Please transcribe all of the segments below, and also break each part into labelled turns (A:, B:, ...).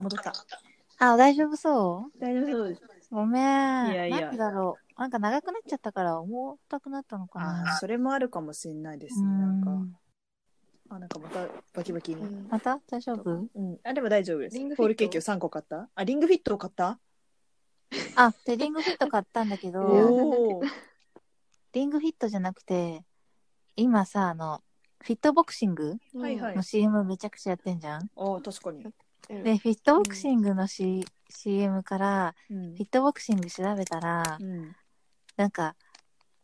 A: 戻った。
B: あ、大丈夫そ
A: 大丈夫そうです。
B: うごめん。
A: いやいや
B: なんでだろう。なんか長くなっちゃったから重たくなったのか
A: あ
B: な。
A: ーそれもあるかもしれないです
B: う
A: ね。なんか、
B: ん。
A: あ、なんかまたバキバキに。うん
B: また大丈夫
A: あ、でも大丈夫です。
C: リングフィット
A: ホールケーキを3個買ったあ、リングフィットを買った
B: あ、で、リングフィット買ったんだけ
C: いや
B: ど、
A: おお。
B: リングフィットじゃなくて、今さ、あの、フィットボクシング
A: はいはい
B: の CM めちゃくちゃやってんじゃん。
A: ああ、確かに。
C: うん
B: で、フィットボクシングの、C CM から、
A: うん
B: フィットボクシング調べたら
A: う、ん。
B: なんか、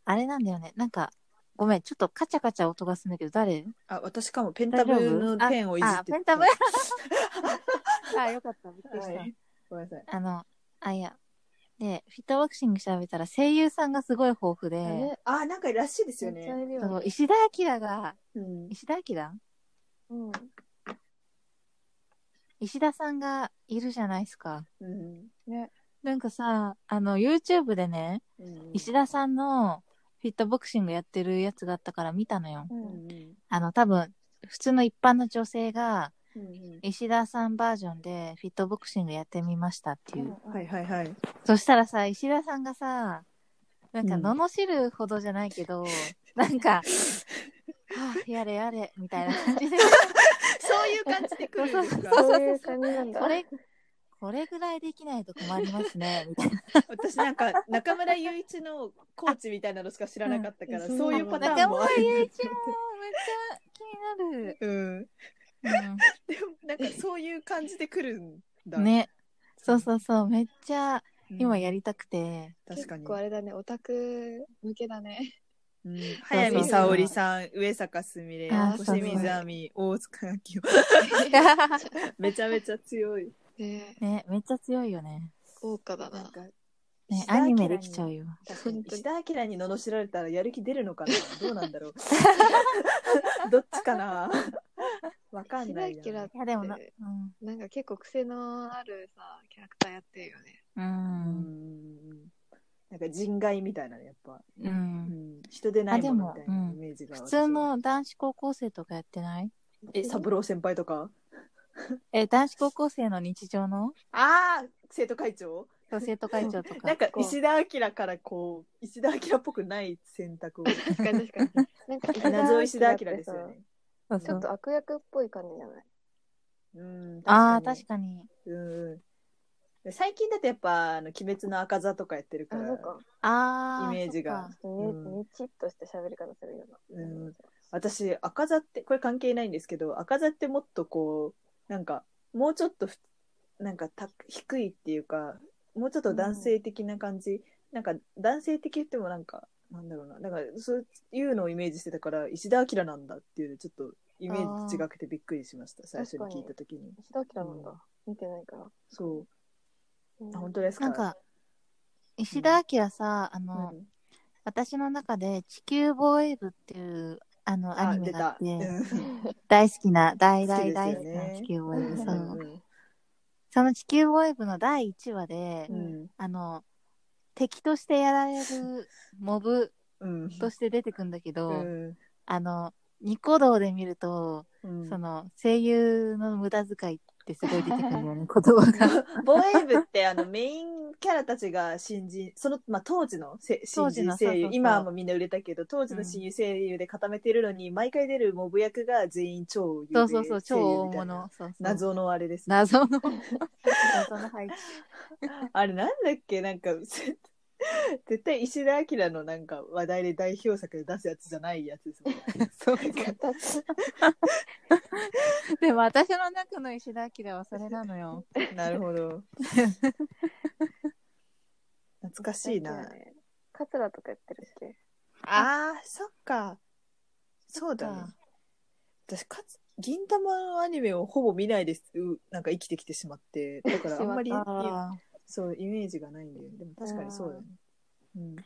B: あれなんだよね。なんか、ごめん、ちょっとカチャカチャ音がするんだけど、誰
A: あ、私かもペンタ
B: 大丈
A: ブ
B: 夫
A: のペンをいじって
B: ああ、ペンタブあ、よかった。びっくりした。
A: はいごめんなさい。
B: あの、あ、いや。で、フィットボクシング調べたら声優さんがすごい豊富
C: え
B: で、
A: あ、なんからしいです
C: め
A: よ
C: っちゃ
A: ね。
C: いるよ
B: そう
C: ね
B: 石田明が、
A: うん。
B: 石田明
C: うん
B: 石田さんがいるじゃないですか。
A: うん。
B: なんかさ、あの、YouTube でね、
A: うん
B: 石田さんのフィットボクシングやってるやつがあったから見たのよ。
C: う
A: うんん。
B: あの、多分、普通の一般の女性が、
A: うん
B: 石田さんバージョンでフィットボクシングやってみましたっていう。
C: うん
A: はいはいはい。
B: そしたらさ、石田さんがさ、なんか、
A: うん
B: 罵るほどじゃないけ ど、なんか、はあ、やれやれ、みたいな感じで、
A: そういう感じで来るんですか
C: そういう感じなんだ
B: これ、これぐらいできないと困りますね、みたいな。
A: 私なんか中村雄一のコーチみたいなのしか知らなかったから、
C: うん
A: そういうパター
B: 中
A: ンもあ
B: 村
A: る。
B: ゆういちも
A: うん。
B: めっちゃ気になる。
A: でもなんかそういう感じで来るん
B: う
A: だ。
B: ん、ね。そうそうそう、めっちゃ
A: うん。
B: 今やりたくて。
A: 確かに
C: 結。構あれだねオタク向け だね
A: うん
B: そう
A: 早見沙織さん、上坂すみれ、
B: あー
A: 星水亜美、大塚明夫。めちゃめちゃ強い。
C: ね
B: ね、めっちゃ強いよね。
C: 豪華だ
A: なん
C: な
A: か
B: ね
A: 石、田
B: ア
A: 明
B: ニ
A: に
B: メできちゃうよ。
A: 確かに
C: 本当に
A: 石田明に罵られたらやる気出るのかなどうなんだろ うどっちかなわかんないな。
C: 石田明
B: いや、でもな、
C: え
B: うん。
C: なんか結構癖のあるさキャラクターやってるよね
B: う。
A: うんんなんか人外みたいなね、やっぱ。う
B: う。
A: んん、人でないもの
B: あで
A: みた
B: も
A: いな
B: うん
A: イメージが、
B: 普通の男子高校生とかやってない
A: え、三郎先輩とか
B: え、男子高校生の日常の
A: ああ生徒会長
B: そう生徒会長と
A: な
B: か
A: ん。か石田明からこう石田明っぽくない選択を
C: 確かに確かになん か田
A: 謎石田明
C: ってさ
A: ですよね。
B: そう
C: ち
B: そ
C: ょ
B: う
C: っと悪役っぽい感じじゃない
A: うん
B: ああ、確かに。
A: に。うん最近だとやっぱ「あの鬼滅の赤座」とかやってる
C: あ
A: か
C: そう
A: ら
C: か
B: ああ。
A: イメージが
C: ちょっと
A: うん
C: ねにちっとした喋り方するような
A: うん私赤座ってこれ関係ないんですけど赤座ってもっとこうなんかもうちょっとふなんかた低いっていうかもうちょっと男性的な感じ、なんか男性的ってもなんかなんだろうなだからそういうのをイメージしてたから石田明なんだっていうのちょっとイメージ違くてびっくりしました最初に聞いた時に
C: 石田明なんだ見てないから
A: そううあ 本当ですか
B: なんか、石田明さ、あの、
A: うん
B: 私の中で地球防衛部っていう、あの、ア
A: あ
B: ニメ
A: 出
B: が
A: た
B: あっ、
A: う
B: て、
A: ん
B: 大好きな、大
A: 好き
B: 大
A: ですよね
B: 大好きな地球防衛部さ。
A: うんん
B: その地球防衛部の第1話で、
A: うん
B: あの、敵としてやられるモブ
A: うん
B: として出てくんだけど、
A: うん
B: あの、ニコ動で見ると、
A: うん
B: その、声優の無駄遣いってすごい出てくるんだよ ね、言葉が。
A: 防衛部ってあのメインキャラたちが新人その、まあ、当時のせ新
B: 当時
A: 人
B: の
A: 声
B: そうそ
A: 優
B: うそう
A: 今はもうみんな売れたけど当時の新入声優で固めてるのに、毎回出るモブ役が全員超有
B: そ
A: 名
B: うそうそう、超
A: 声優
B: 大
A: みたいな
B: 物。そうそう
A: 謎のあれです、ね、
B: 謎の謎の配置
A: あれなんだっけなんか せ絶対石田明のなんか話題で代表作で出すやつじゃないやつですもんね
B: そう
A: なんか
B: でも私の中の石田明はそれなのよ
A: なるほ ど懐かしいな
C: カツラとかやってるっけ
A: あーそっかそうだね
B: あ
A: 私かつ銀玉のアニメをほぼ見ないですうなんか生きてきてしまってだからあんまり
B: あ
A: そうイメージがないんだよねでも確かにそうだよねうん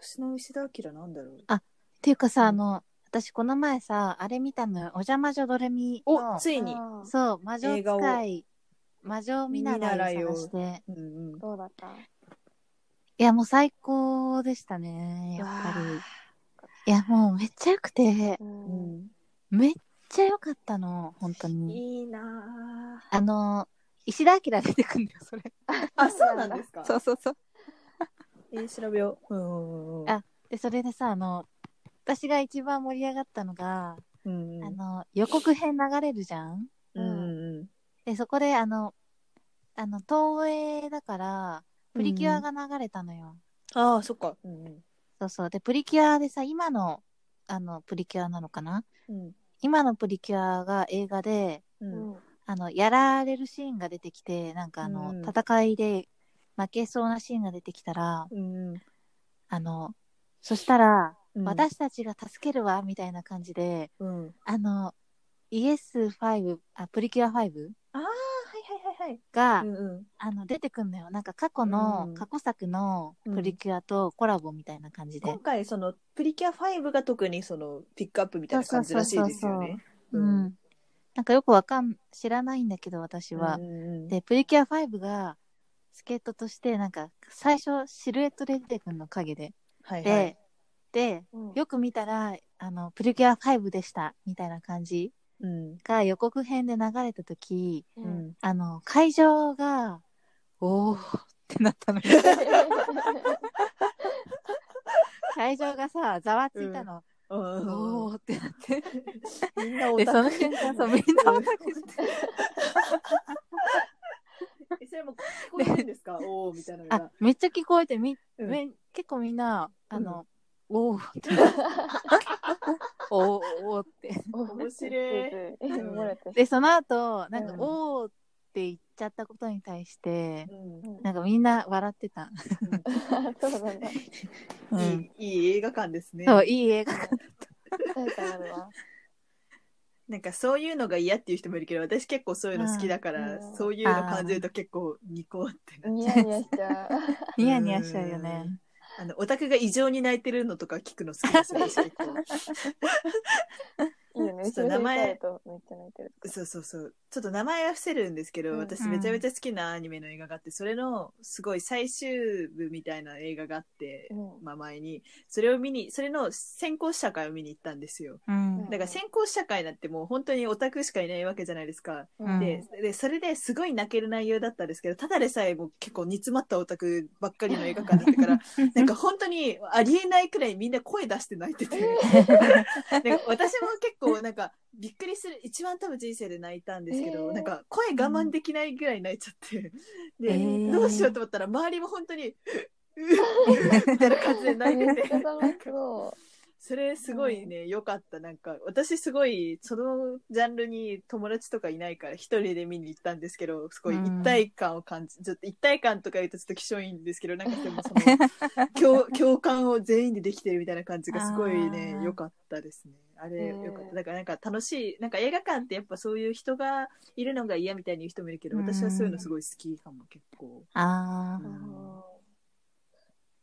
A: 私の石田明なんだろう
B: っていうかさあの私この前さあれ見たのよお邪魔女ドレミ
A: お
B: の
A: ついに
C: あー
B: そう魔女
A: 映画を
B: 使い魔女見習いを探して
A: うんうん
C: どうだった
B: いやもう最高でしたねやっぱ
A: うわ
B: りいやもうめっちゃよくて
A: ーうん
B: めっちゃよかったの本当に
A: いいな
B: あの石田明出てくんだよ、それ。
A: あ、そうなんですか。
B: そうそうそう。
A: えー、調べよう。うんうんうん。
B: あで、それでさ、あの、私が一番盛り上がったのが、
A: うんうん
B: あの、予告編流れるじゃん
A: うんうん。
B: で、そこで、あの、あの、東映だから、プリキュアが流れたのよ。
A: ああ、そっか。うんうん
B: そうそう。で、プリキュアでさ、今の、あの、プリキュアなのかな
A: うん
B: 今のプリキュアが映画で、
A: うん。
B: あの、やられるシーンが出てきて、なんかあの、
A: うん
B: 戦いで負けそうなシーンが出てきたら、
A: うんうん
B: あの、そしたら、
A: うん。
B: 私たちが助けるわ、みたいな感じで、
A: うん。はい
B: あの、イエス5、あ、プリキュア5
A: はいはいはい。
B: が、
A: うんうん。
B: あの、出てくんのよ。なんか過去
A: う
B: の
A: ん、
B: 過去作のプリキュアとコラボみたいな感じで
A: 今。回そのプリキュア5が特にそのピックアップみたいな感じらしいですよね。
B: う
A: うん
B: ん。なんかよくわかん、知らないんだけど、私は。
A: うん
B: で、プリキュア5が、スケートとして、なんか、最初、シルエットで出てくるの、影で。
A: はい
B: で、
A: はい。
B: で、よく見たら、あの、プリキュア5でした、みたいな感じ
A: うん
B: が予告編で流れたとき、
A: うん
B: あの、会場が、おーってなったのよ。会場がさ、ざわついた
A: う
B: の。
A: ん
B: おーってなって。
A: みんなオ
B: で、そ
A: タ
B: の
A: ク。
B: 瞬間、そう、みんなオタクして
A: えそれも聞こえるんですか？おおみたいなの
B: あ
A: が。、
B: めっちゃ聞こえて、み、
A: うん
B: め結構みんな、あの、おー ってなっておーおーって。
A: 面白い。
D: 漏れて
B: で、その後、なんか、
A: うん
B: おーって言っちゃったことに対して、
A: うん
B: なんかみんな笑ってた。
D: そうなんだ。
B: うん。
A: いいいい映画館ですね。
B: そう、いい映画。
D: なんかあるわ。
A: なんかそういうのが嫌っていう人もいるけど、私結構そういうの好きだから、
D: うん
A: そういうの感じると結構ニコってなっ
D: ニ
A: ちゃ
D: ヤ
A: う。
D: ニヤしちゃ
B: ニヤニヤしちゃうよね
A: ん。あの、オタクが異常に泣いてるのとか聞くの好きですよ、私 結構。
D: う。いいよね。
A: ちょ
D: 後
A: っと
D: ろ振り
A: 名前
D: 返るとめっちゃ泣いてる。
A: そうそうそう。ちょっと名前は伏せるんですけど、
D: うん
A: 私めちゃめちゃ好きなアニメの映画があって、それのすごい最終部みたいな映画があって、
D: うん
A: まあ前に、それを見に、それの先行試写会を見に行ったんですよ。
B: うん
A: だから先行試写会なんてもう本当にオタクしかいないわけじゃないですか。
B: うん
A: ででそれですごい泣ける内容だったんですけどただでさえもう結構煮詰まったオタクばっかりの映画館だったから なんか本当にありえないくらいみんな声出して泣いてて なんか私も結構なんかびっくりする一番多分人生で泣いたんですけど、
D: えー
A: なんか声我慢できないぐらい泣いちゃってで、
B: えー
A: どうしようと思ったら周りも本当に「うっみたいな感じで泣い
D: め
A: て
D: ってちゃ楽しそう。
A: それすごいね、良かった。なんか、私すごい、そのジャンルに友達とかいないから、一人で見に行ったんですけど、すごい
B: うん
A: 一体感を感じ、ちょっと一体感とか言うとちょっと気性いいんですけど、なんかでもそ の、共共感を全員でできてるみたいな感じがすごいね
B: あ、ー
A: 良かったですね。あれ、
D: うん
A: 良かった。だからなんか楽しい、なんか映画館ってやっぱそういう人がいるのが嫌みたいに言う人もいるけど、
B: うん
A: 私はそういうのすごい好きかも、結構。
B: あ
A: う
B: ー
A: ん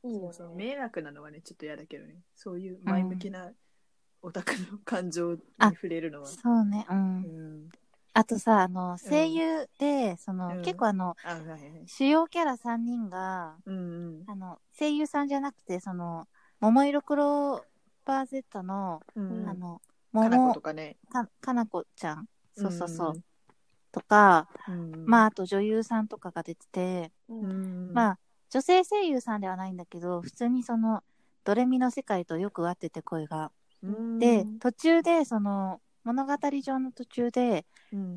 D: いいよ
A: そうそう
D: ね。
A: 迷惑なのはねちょっと嫌だけどねそういう前向きなオタクの感情に
B: あ
A: 触れるのは、
B: そうね、う。
A: うんん、
B: あとさ、あの、声優で、その、
A: うん
B: 結構あの、
A: あはいはい
B: 主要キャラ3人が、
A: うんうん
B: あの、声優さんじゃなくて、その、桃色クローバー Z の、
A: うん
B: あの、
A: かなこ
B: 桃
A: とかね
B: か、かなこちゃん、そうそうそう、
A: ん
B: とか、
A: うんうん
B: まあ、あと女優さんとかが出てて、
A: うん
B: ま
A: あ
B: あ、女性声優さんではないんだけど、普通にその、ドレミの世界とよく合ってて声が。で、途中で、その、物語上の途中で、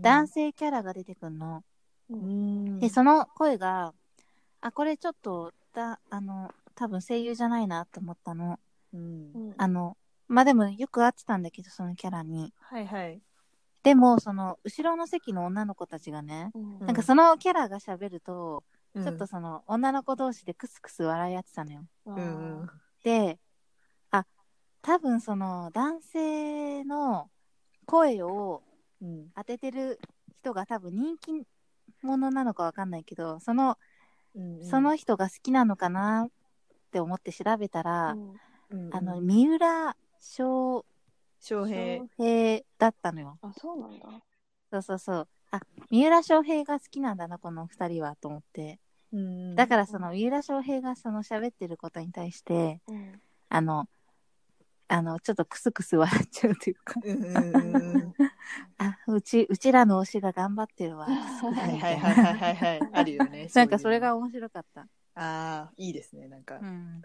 B: 男性キャラが出てくるの。で、その声が、あ、これちょっと、だ、あの、多分声優じゃないなと思ったの。
A: うん
D: うん
B: あの、まあ、でもよく合ってたんだけど、そのキャラに。
A: はいはい
B: でも、その、後ろの席の女の子たちがね、
D: うん
B: なんかそのキャラが喋ると、
A: うん
B: ちょっとその、女の子同士でクスクス笑い合ってたのよ。
A: うんうん
B: で、あ、多分その、男性の声を
A: うん
B: 当ててる人が多分人気者なのかわかんないけど、その、
A: うん
B: その人が好きなのかなって思って調べたら、
A: うんうん
B: あの、三浦翔
A: 翔平
B: 平だったのよ。
D: あ、そうなんだ。
B: そうそうそう。あ、三浦翔平が好きなんだな、この二人は、と思って。
A: うん
B: だからその三浦翔平がその喋ってることに対して、
D: うん
B: あの、あの、ちょっとクスクス笑っちゃうという か、
A: うんうんうんうん。
B: あ、うち、うちらの推しが頑張ってる わ。
A: はいはいはいはいはいはい。あるよね。
B: なんかそれが
A: あ
B: 面白かった。
A: あー、いいですね。なんか
B: う。ん。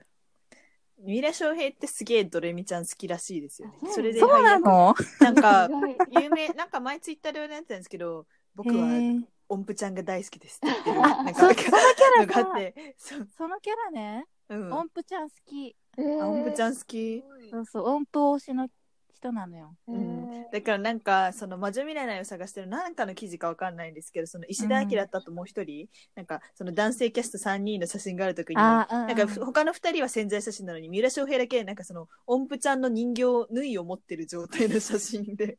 A: 三浦翔平ってすげえドレミちゃん好きらしいですよね
D: あ。
A: それで
B: そうなの
A: なんか
D: 意、外
A: 有名、なんか前ツイッターで言われてたんですけど、僕は
B: へー
A: 音符ちゃんが大好きですって言って る。
D: あ
A: なん
B: そ
A: か、
B: う
A: な
B: その
A: ん
B: キャラ
A: か
B: だ
A: あって、そう、
B: そのキャラね、
A: うん。あ
B: 音符ちゃん好き。
D: えー
A: 音符ちゃん好き。
B: そうそう、音符推しの人なのよ。
D: え
A: う
D: ー
A: んだからなんか、その魔女見習いを探してるなんかの記事かわかんないんですけど、その石田明だったともう一人、なんか、その男性キャスト3人の写真があるときに、
B: あー、うん。
A: なんかふ他の二人は潜在写真なのに三浦翔平だけなんかその音符ちゃんの人形縫いを持ってる状態の写真 で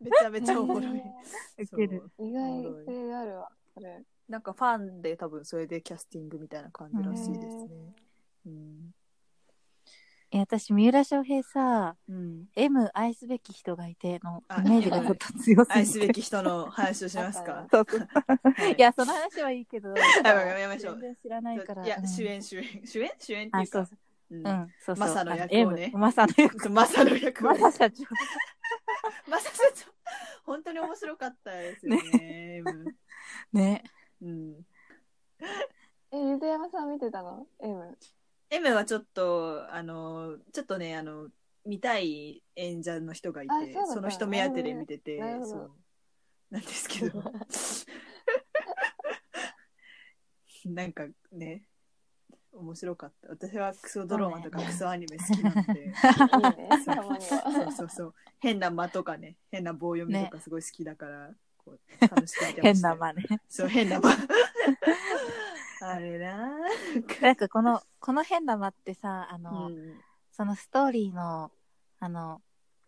A: めちゃめちゃおもろい。
B: ウケる
A: そ う
D: 意外性あるわ、それ。
A: なんかファンで多分それでキャスティングみたいな感じらしいですね。うん
B: いや私、三浦翔平さ、
A: うん、
B: M 愛すべき人がいての
A: あ
B: イメージがちょっと強
A: 愛
B: す
A: す
B: ぎ
A: べ
B: て。
A: き人の話をしますか。
B: そうそう
A: はい
B: いや、その話はいいけど、
A: やめましょう
B: 全然知らないから。
A: いや
B: う、ん
A: 主演、主演、主演主演ってい
B: あ、
A: う
B: そう
A: か
B: そう。。
A: うん
B: うん、そうそう。
A: マサの役をね
B: あの M マサの 役。
A: マサの役
B: マ
A: 割
B: サ社長。
A: マサ社長、本当に面白かったですよ ね。
B: ね。
A: うん
D: え、ゆずやまさん見てたの ?M。
A: M はちょっと、あの、ちょっとね、あの、見たい演者の人がいて
D: あそうだっ、
A: そ
D: た
A: の人目当てで見てて、
D: なるほど
A: そう。なんです けど。なんかね、面白かった。私はクソドラマとか
B: そうね
A: クソアニメ好きなんで、
D: いいね、たまに
A: そ
D: は
A: う。そうそう。変な間とかね、変な棒読みとかすごい好きだから、こう、楽しく見てました よ
B: 変な真似。
A: そう、変な間。あれな
B: なんかこの、この変な間ってさ、あの、
A: うん
B: そのストーリーの、あの、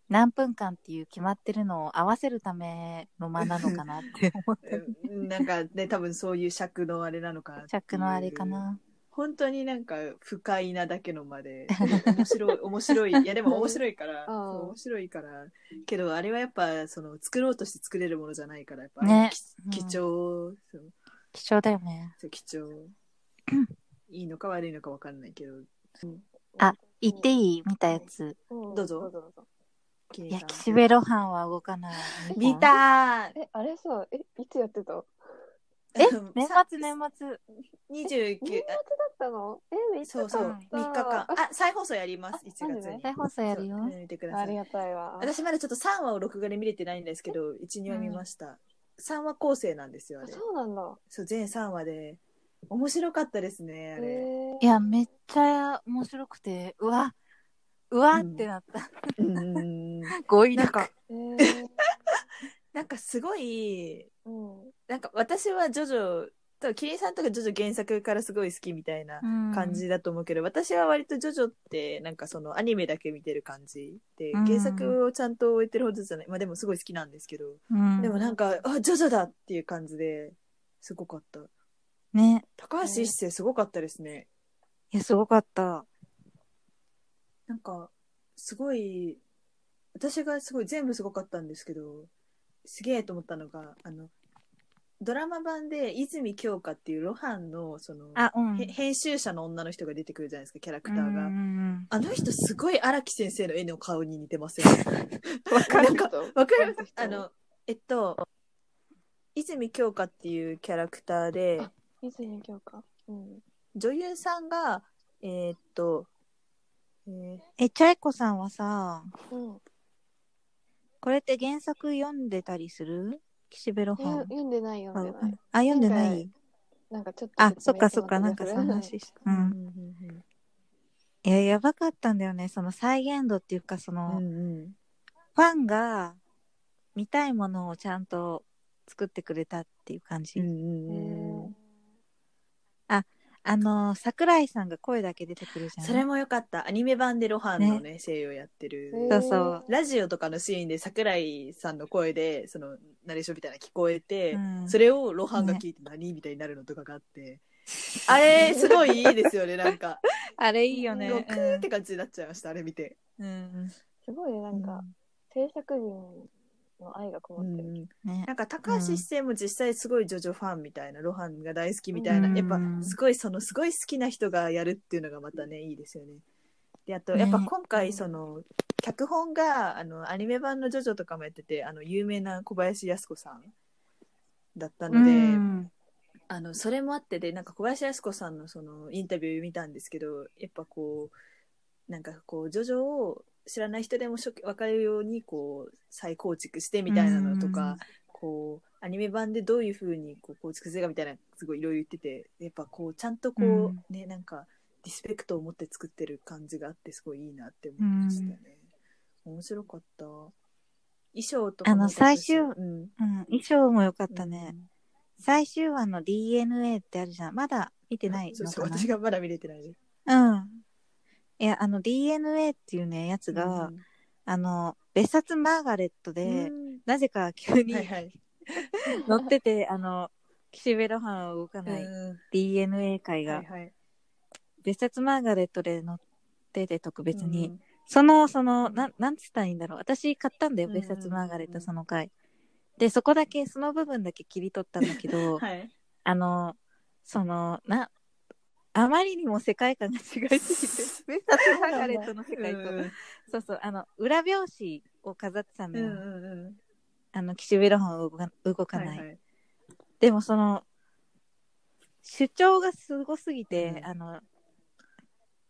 B: 何分間っていう決まってるのを合わせるための間なのかなって 思って。
A: うんなんかね多分そういう尺のあれなのかなって
B: チ
A: い
B: ャ
A: う
B: ックのあれかな。
A: 本当になんか不快なだけのま で面白い面白いいやでも面白いから
D: うん
A: そう面白いからけどあれはやっぱその作ろうとして作れるものじゃないからやっぱ、
B: ね
A: き貴重、そう
B: 貴重だよね。
A: そう貴 重いいのか悪いのか分かんないけど
B: あ、言っていい見たやつ。
D: ど
A: どうぞ
D: どうぞ。
A: キ
B: い
A: リ
B: や、
A: さん
B: 岸辺露伴は動かない。
A: 見た
D: え、あれさ、え、いつやってた
B: え、年末年末。
A: 29
D: 年末だったのえ、いつ
A: そうそう
B: うん
A: 3日間あ再放送やります1月
D: マジで
A: に
B: 再放送やるよ
A: そう。見てくだ
D: あ
A: さ
D: り
A: い
D: がたいわ。
A: 私まだちょっと3話を録画で見れてないんですけど12話見ました、三3話構成なんですよあ
D: あ
A: れ
D: そうなんだ。
A: そう全3話で面白かったですねあれ、
D: え
B: いや、めっちゃ面白くて、うわ、うわってなった。
A: うん
B: 語 彙
A: なん
B: 力。
A: か
D: ー、え
A: なんかすごい
D: ー、うん。
A: なんか私はジョジョとキリンさんとかジョジョ原作からすごい好きみたいな感じだと思うけど、私は割とジョジョってなんかそのアニメだけ見てる感じで
B: うん
A: 原作をちゃんと終えてるほどじゃないまあでもすごい好きなんですけど、
B: うん。
A: でもなんかあジョジョだっていう感じですごかった
B: ね。
A: 高橋一生すごかったですね、
B: いや、すごかった。
A: なんか、すごい、私がすごい全部すごかったんですけど、すげえと思ったのが、あの、ドラマ版で泉京香っていう露伴の、その、
B: あ、うん。
A: へ編集者の女の人が出てくるじゃないですか、キャラク
B: う
A: タ
B: んう
A: ーが。
B: ん
A: あの人すごい荒木先生の絵の顔に似てま せんわ
D: な
A: かなんん
D: か
A: か、、
D: わ
A: わかりますあ、の、えっと、泉京香っていうキャラクターで、
D: 泉京香。うん。
A: 女優さんが、えーっと、えー
B: え、チャイコさんはさ、
D: うん。
B: これって原作読んでたりする岸辺露
D: え
B: 伴。
D: 読んでない、
B: あ
D: 読
B: うん
D: でない
B: ん。あ、読んでない
D: なんかちょっと。
B: あ、そっかそっか、なんかそんな。話した。う
A: うん
B: ん。いや、やばかったんだよね。その再現度っていうか、その、
A: うんうん
B: ファンが見たいものをちゃんと作ってくれたっていう感 じ。
D: え
A: うん
D: ー、
B: あの、桜井さんが声だけ出てくるじゃん。
A: それも良かったアニメ版で露伴のね声優やってる、
D: えー
B: そうそう
A: ラジオとかのシーンで桜井さんの声でそのナレーションみたいなの聞こえて、
B: うん
A: それを露伴が聞いて何、みたいになるのとかがあってあれすごいいいですよねなんか
B: あれいいよね。
A: ロクーって感じになっちゃいましたあれ見て、
B: うんうん
D: すごいね、なんか、制作人の愛がこもってる。
B: ね
A: なんか高橋一生も実際すごいジョジョファンみたいな露伴が大好きみたいな、
B: うん
A: やっぱすごいそのすごい好きな人がやるっていうのがまたねいいですよねであとやっぱ
B: ね
A: 今回その、脚本があのアニメ版の「ジョジョ」とかもやっててあの有名な小林靖子さんだったので、
B: うん
A: あのそれもあってでなんか小林靖子さんのそのインタビュー見たんですけどやっぱこうなんかこうジョジョを知らない人でも初期分かるようにこう再構築してみたいなのと
B: うんうんう
A: か、
B: ん
A: こうアニメ版でどういうふうにこう構築するかみたいなすごいいろいろ言っててやっぱこうちゃんとこう、
B: うん
A: ねなんかリスペクトを持って作ってる感じがあってすごいいいなって思いましたね。面白かった。衣装とかも
B: あの最終
A: うん
B: うん、衣装も良かったね。
A: うん
B: 最終話の DNA ってあるじゃん。まだ見てない
A: そう
B: の
A: そう
B: かな
A: 私がまだ見れてない。
B: うん。いや、あの DNA っていうね、やつが、
A: うん
B: あの、別冊マーガレットで、なぜか急に
A: はいはい。
B: 乗ってて、あの、岸辺露伴は動かない DNA 会が、
A: はいはい、
B: 別冊マーガレットで乗ってて特別に、
A: うん
B: その、その、なん、なんつったらいいんだろう。私買ったんだよ、
A: うんうん
B: 別冊マーガレッ
A: うん
B: トその回。で、そこだけ、その部分だけ切り取ったんだけ ど、
A: はい。
B: あの、その、な、あまりにも世界観が 違いすぎて、別冊マーガレットの世界と、そうそう、あの、裏表紙を飾ってたん
A: う
B: だ
A: ん
B: よ。
A: うんうん。
B: あの、岸辺露伴は動か動かない。
A: はいはい
B: でもその、主張がすごすぎて、
A: うん
B: あの、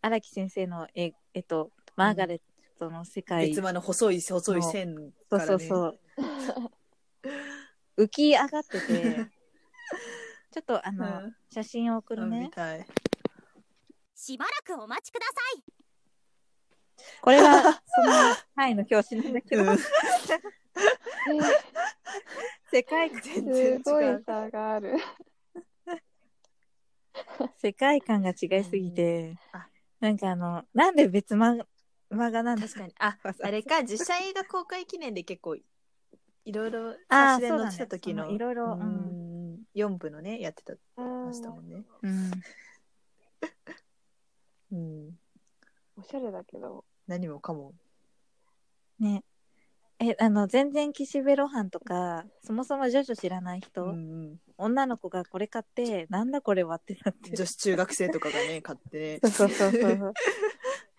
B: 荒木先生の絵、えっと、マーガレットの世界、
A: 月
B: そう
A: 間の細い細い線から、ね、
B: そうそう、浮き上がって て、ちょっとあの、
A: うん
B: 写真を送
A: う
B: る
A: ん
B: ね
A: み。たい。
E: しばらくお待ちください
B: これ が、その、はいの表紙なんだけど、
A: うん
B: 世界観、
A: 全
D: す
A: 然
D: ご
A: 違。
D: いう差があ る。
B: 世界観が違いすぎて
A: うんあ、
B: なんかあの、なんで別ママガなんです
A: 確かに。あ、あれか、実写映画公開記念で結構、いろいろ、
B: あ
A: 差
B: ー
A: しで載ってた時の、
B: そうだねそのいろいろう
A: 4部のね、やってた、
D: あ
A: ました
D: ー
A: もんね。
B: うん。
A: うん。
D: おしゃれだけど。
A: 何もかも。
B: ね。え、あの、全然岸辺露伴とか、そもそもジョジョ知らない人、
A: うんうん
B: 女の子がこれ買って、なんだこれはってなって。
A: 女子中学生とかがね、買 ってね。
B: そうそうそうそう。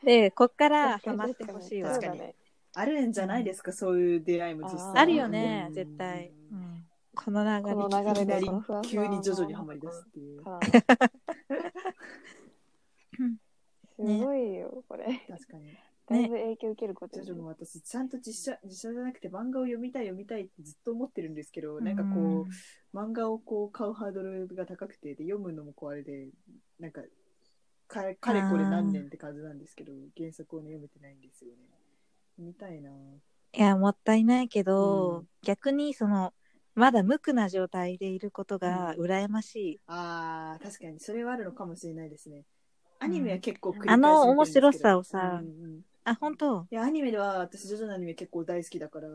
B: で、こっか らハマってほしいわ
D: そ
A: 確
D: う
A: か
D: だ
A: に
D: ね。
A: あるんじゃないですか、そういう出会いも実際。
D: あー
B: あるよね、
A: うん
B: 絶対。うんこの流れ。
D: この流れで
A: いき
D: このふ
A: なり
D: わふわ
A: 急に徐々にはまり出すっていう。
D: からす
B: うん
D: ごいよ、これ。
A: 確かに。
D: だいぶ影響受けること
A: 徐
D: に
A: 々も私、ちゃんと実写、実写じゃなくて漫画を読みたい読みたいってずっと思ってるんですけど、なんかこう、漫画をこう買うハードルが高くて、で、読むのもこうあれで、なんか、かれかれこれ何年って感じなんですけど、原作をね、読めてないんですよね。読みたいな
B: うんいや、もったいないけど、
A: うん
B: 逆にその、まだ無垢な状態でいることが羨ましい。
A: あー、確かに、それはあるのかもしれないですね。アニメは結構繰り返し
B: あの
A: 見てるんですけど
B: 面白さをさ
A: うんうん
B: あ、本当
A: いや、アニメでは、私、ジョジョのアニメ結構大好きだから、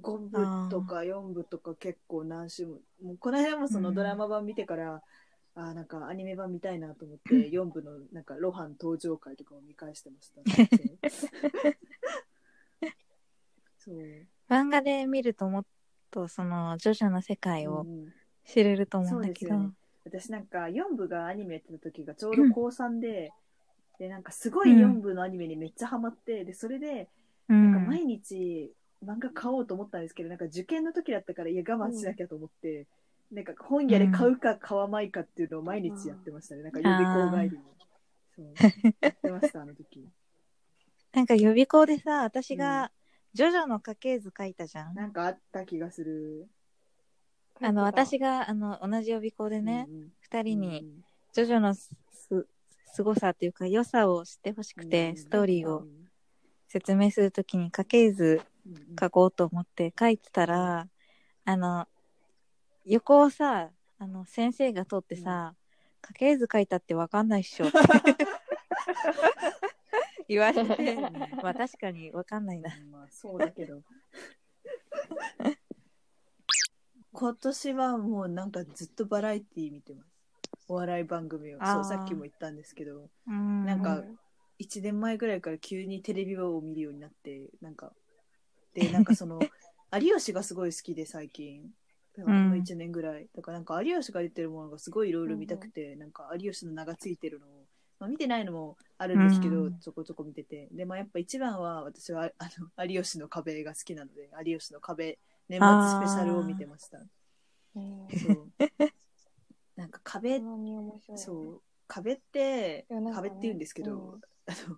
A: 5部とか4部とか結構何週も、もうこの間もその
B: うん
A: ドラマ版見てから、ああーなんかアニメ版見たいなと思って、4部のなんか露伴登場会とかを見返してま した。そう。
B: 漫画で見るともっとその、ジョジョの世界を
A: うんうん
B: 知れると思うんだけど。
A: そう私なんか4部がアニメやってた時がちょうど高3で、で、なんかすごい4部のアニメにめっちゃハマって、で、それで、
B: うん
A: なんか毎日漫画買おうと思ったんですけど、なんか受験の時だったから、いや、我慢しなきゃと思って、なんか本屋で買うか買わないかっていうのを毎日やってましたね。なんか予備校帰りに。そう。やってました、あの時。
B: なんか予備校でさ、私が、ジョジョの家系図書いたじゃん。
A: なんかあった気がする。
B: あの、、私が、あの、同じ予備校でね、
A: うん
B: 二、
A: うん、
B: 人に、ジョジョのす、すごさっていうか、良さを知ってほしくて、ストーリーを説明するときに家系図
A: うんうん
B: 書こうと思って書いてたら、あの、横をさ、あの、先生が通ってさ、家系図書いたってわかんないっしょって言われて、 まあ確かにわかんないな。
A: まあ、そうだけど。 今年はもうなんかずっとバラエティー見てます。お笑い番組を。そ
B: あ
A: う、
B: ー
A: さっきも言ったんですけど。
B: な
A: なんか
D: う、
A: 1年前ぐらいから急にテレビを見るようになって、なんか、で、なんかそ の、有吉がすごい好きで、最近。この1年ぐらい。だからなんか、有吉が出てるものがすごいいろいろ見たくて、なんか、有吉の名がついてるのをまあ、見てないのもあるんですけど、
B: うん
A: ちょこちょこ見ててで、まあ、やっぱ一番は私はあの有吉の壁が好きなので有吉の壁年末スペシャルを見て ました。
D: うん
A: そうなんか
D: そ
A: 壁
D: んなに面白い。
A: そう壁って
D: いやなんか
A: 壁
D: ね
A: って言うんですけど、
D: うん
A: あの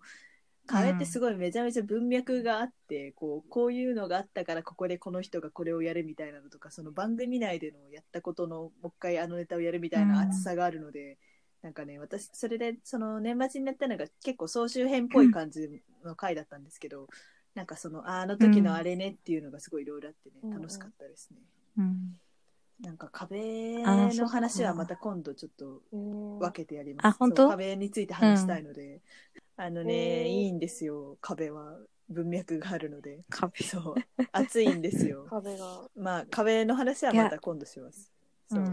A: 壁ってすごいめちゃめちゃ文脈があって、こうこういうのがあったからここでこの人がこれをやるみたいなのとかその番組内でのやったことのもう一回あのネタをやるみたいな熱さがあるので、なんかね私それでその年末になったのが結構総集編っぽい感じの回だったんですけど、なんかそのああの時のあれねっていうのがすごいいろいろあってね、
D: うん
A: 楽しかったですね。
B: うん
A: なんか壁
B: あーそう
A: の話はまた今度ちょっと
D: うん
A: 分けてやります。
B: あ本当
A: そう壁について話したいので、あのね、
D: へー
A: いいんですよ、壁は。文脈があるので。
B: 壁
A: そう。熱いんです よ。
D: 壁が。
A: まあ、壁の話はまた今度します。
B: う
A: そう。
B: ん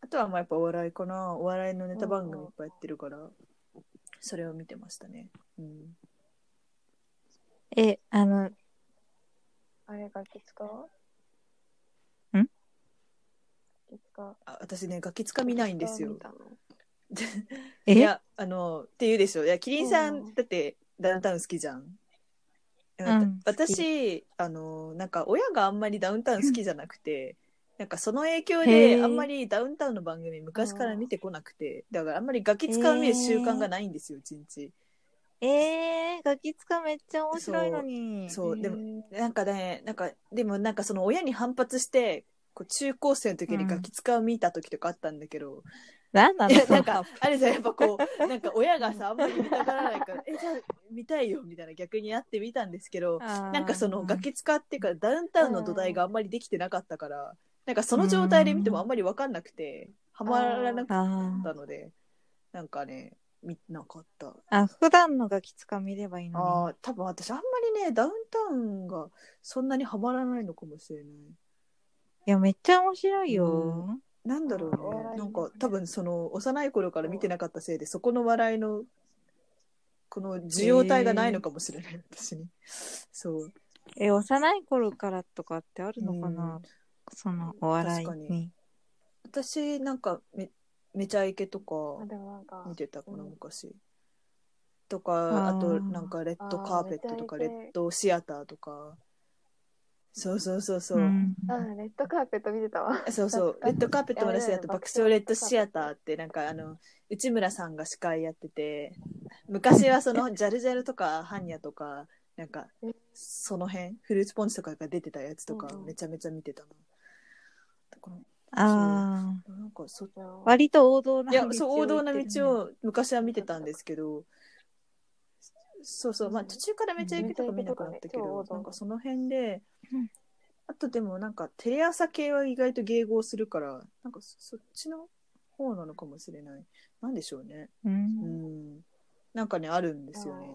A: あとはまあやっぱお笑いかな。お笑いのネタ番組いっぱいやってるから、それを見てましたね。うん。
B: えあの
D: あれがきつか
B: ん
D: きつか。
A: あ私ね、ガキつかみないんですよ
D: 見。たの
A: い
B: え
A: や、あの、って言うでしょ。いや、キリンさん、
D: うん
A: だって、ダウンタウン好きじゃん。
B: ん
A: 私、あの、なんか、親があんまりダウンタウン好きじゃなくて、なんか、その影響
B: へ
A: で、
B: ー
A: あんまりダウンタウンの番組昔から見てこなくて、だから、あんまりガキ使う見る習慣がないんですよ、一日。
B: えー、ガキつかめっちゃ面白いのに
A: そう、でも、
D: も。
A: なんかね、なんか、でもなんかその親に反発して、こう中高生の時にガキ使う見た時とかあったんだけど、
B: なんないの
A: や なんかあれじゃんやっぱこうなんか親がさあんまり見たがらないからえじゃあ見たいよみたいな逆にやってみたんですけど
B: な
A: なんかそのガキ使っていうかダウンタウンの土台があんまりできてなかったからなんかその状態で見てもあんまり分かんなくてハマらなか
B: あ
A: っ
B: ー
A: たのでなんかね見なかった
B: あ普段のガキつか見ればいいの
A: あー多分私あんまりねダウンタウンがそんなにハマらないのかもしれない
B: にいやめっちゃ面白いよ、
A: なんだろ
D: お
A: うね
D: 笑い
A: なんか多分その幼い頃から見てなかったせいでそこの笑いのこの受容体がないのかもしれない、私にそう
B: え幼い頃からとかってあるのかな、
A: う
B: そのお笑い
A: 確
B: に
A: か私なんかめめちゃイケと
D: あ
A: か
D: でもなんか。
A: 見てたかな
D: うん
A: 昔、とか
B: あー
A: あとなんかレッドカーペットとか
D: あー
A: レ
D: め
A: ッ
D: ちゃイケ
A: ドシアターとかそうそうそうそう、
B: うん
D: あ、レッドカーペット見てたわ。
A: そうそう、レッドカーペットもだし、
D: いや
A: あ
D: いや
A: と爆
D: 爆
A: 笑
D: 笑
A: レッドシアターって、なんかあの、内村さんが司会やってて、昔はその、ジャルジャルとか、ハンニャとか、なんか
D: うん、
A: その辺、フルーツポンチとかが出てたやつとか
D: う、ん
A: めちゃめちゃ見てたな。だか
B: ああ
A: らなんかそ、
B: ー割と王道ない
A: や、そう、王道な道
B: を行ってるね
A: を昔は見てたんですけど、そうそう、まあ途中からめちゃイケとか見なくなったけ
D: めちゃイケとかね超
A: ど
D: 王、道
A: なんかその辺で
B: うん、
A: あとでもなんかテレ朝系は意外と迎合するから、なんかそそっちの方なのかもしれない。なんでしょうね。
B: う
A: うんん。なんかね、あるんですよね。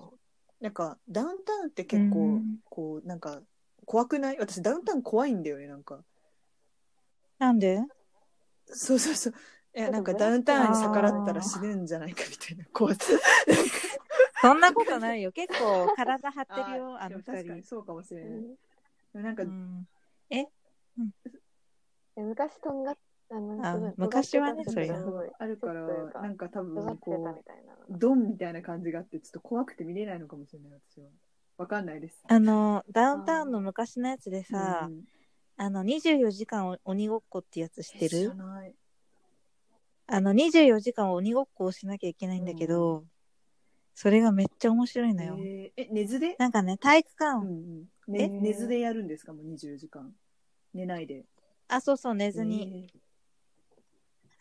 A: なんかダウンタウンって結
B: う
A: 構
B: ん、
A: こう、なんか怖くない私ダウンタウン怖いんだよね、なんか。
B: なんで
A: そうそうそう。いや、
D: そうだ
A: なんか
D: ね
A: ダウンタウンに逆らったら死ぬんじゃないかみたいな怖さ。
B: そんなことないよ結構体張ってるよ
A: あー
B: あ
A: でも
B: の二
A: 確かに
B: 人、
A: そうかもしれ
D: う
A: ない。
D: ん
A: でもなんか、
B: うん、
D: で昔とんがあの
B: あ
D: すごい
B: 昔は
D: 尖
B: ね
D: ってた
B: それが
D: すごい
A: あるから
D: ちょっとなんか
A: なんか多
D: 尖っ
A: 分
D: てたみた
A: こ
D: いなのが
A: うドンみたいな感じがあってちょっと怖くて見れないのかもしれない私はわかんないです
B: あのダウンタウンの昔のやつでさ、
A: うん
B: あの24時間お鬼ごっこってやつして
A: 知
B: る
A: らない
B: あの24時間鬼ごっこをしなきゃいけないんだけど、それがめっちゃ面白いのよ、
A: えーえ寝ずで
B: なんかね体育
A: う
B: 館、
A: んうんね
B: え
A: 寝ずでやるんですかもう24時間寝ないで
B: あそうそう寝ずに、
A: えー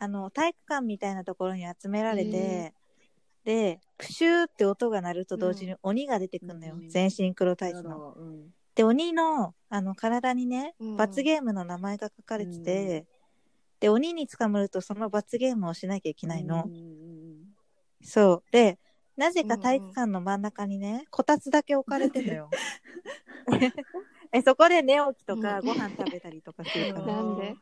B: あの、体育館みたいなところに集められて
C: へ、
B: で、プシューって音が鳴ると同時に鬼が出てくるのよ。
A: うん
B: 全身黒タイ
A: や
B: ツ
A: だ
B: の。
A: うん
B: で、鬼の、あの、体にね、
C: うん
B: 罰ゲームの名前が書かれてて、で、鬼に捕まるとその罰ゲームをしなきゃいけないの。
A: うんうんうん
B: そう。で、なぜか体育館の真ん中にね、こたつだけ置かれてるのよ。え、そこで寝起きとか
C: うん
B: ご飯食べたりとかするか
A: う
B: ら。
C: なんで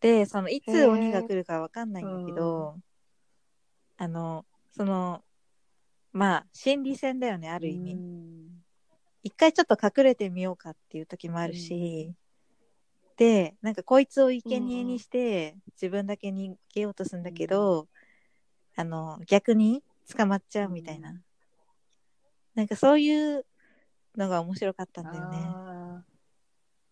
B: で、その、いつ鬼が来るかわかんないんだけど、あの、その、まあ、心理戦だよね、ある意
A: う
B: 味。
A: ん
B: 一回ちょっと隠れてみようかっていう時もあるし、で、なんかこいつを生贄にして、自分だけ逃げようとするんだけど、あの、逆に捕まっちゃうみたいな。なんかそういうのが面白かったんだよね。
A: あー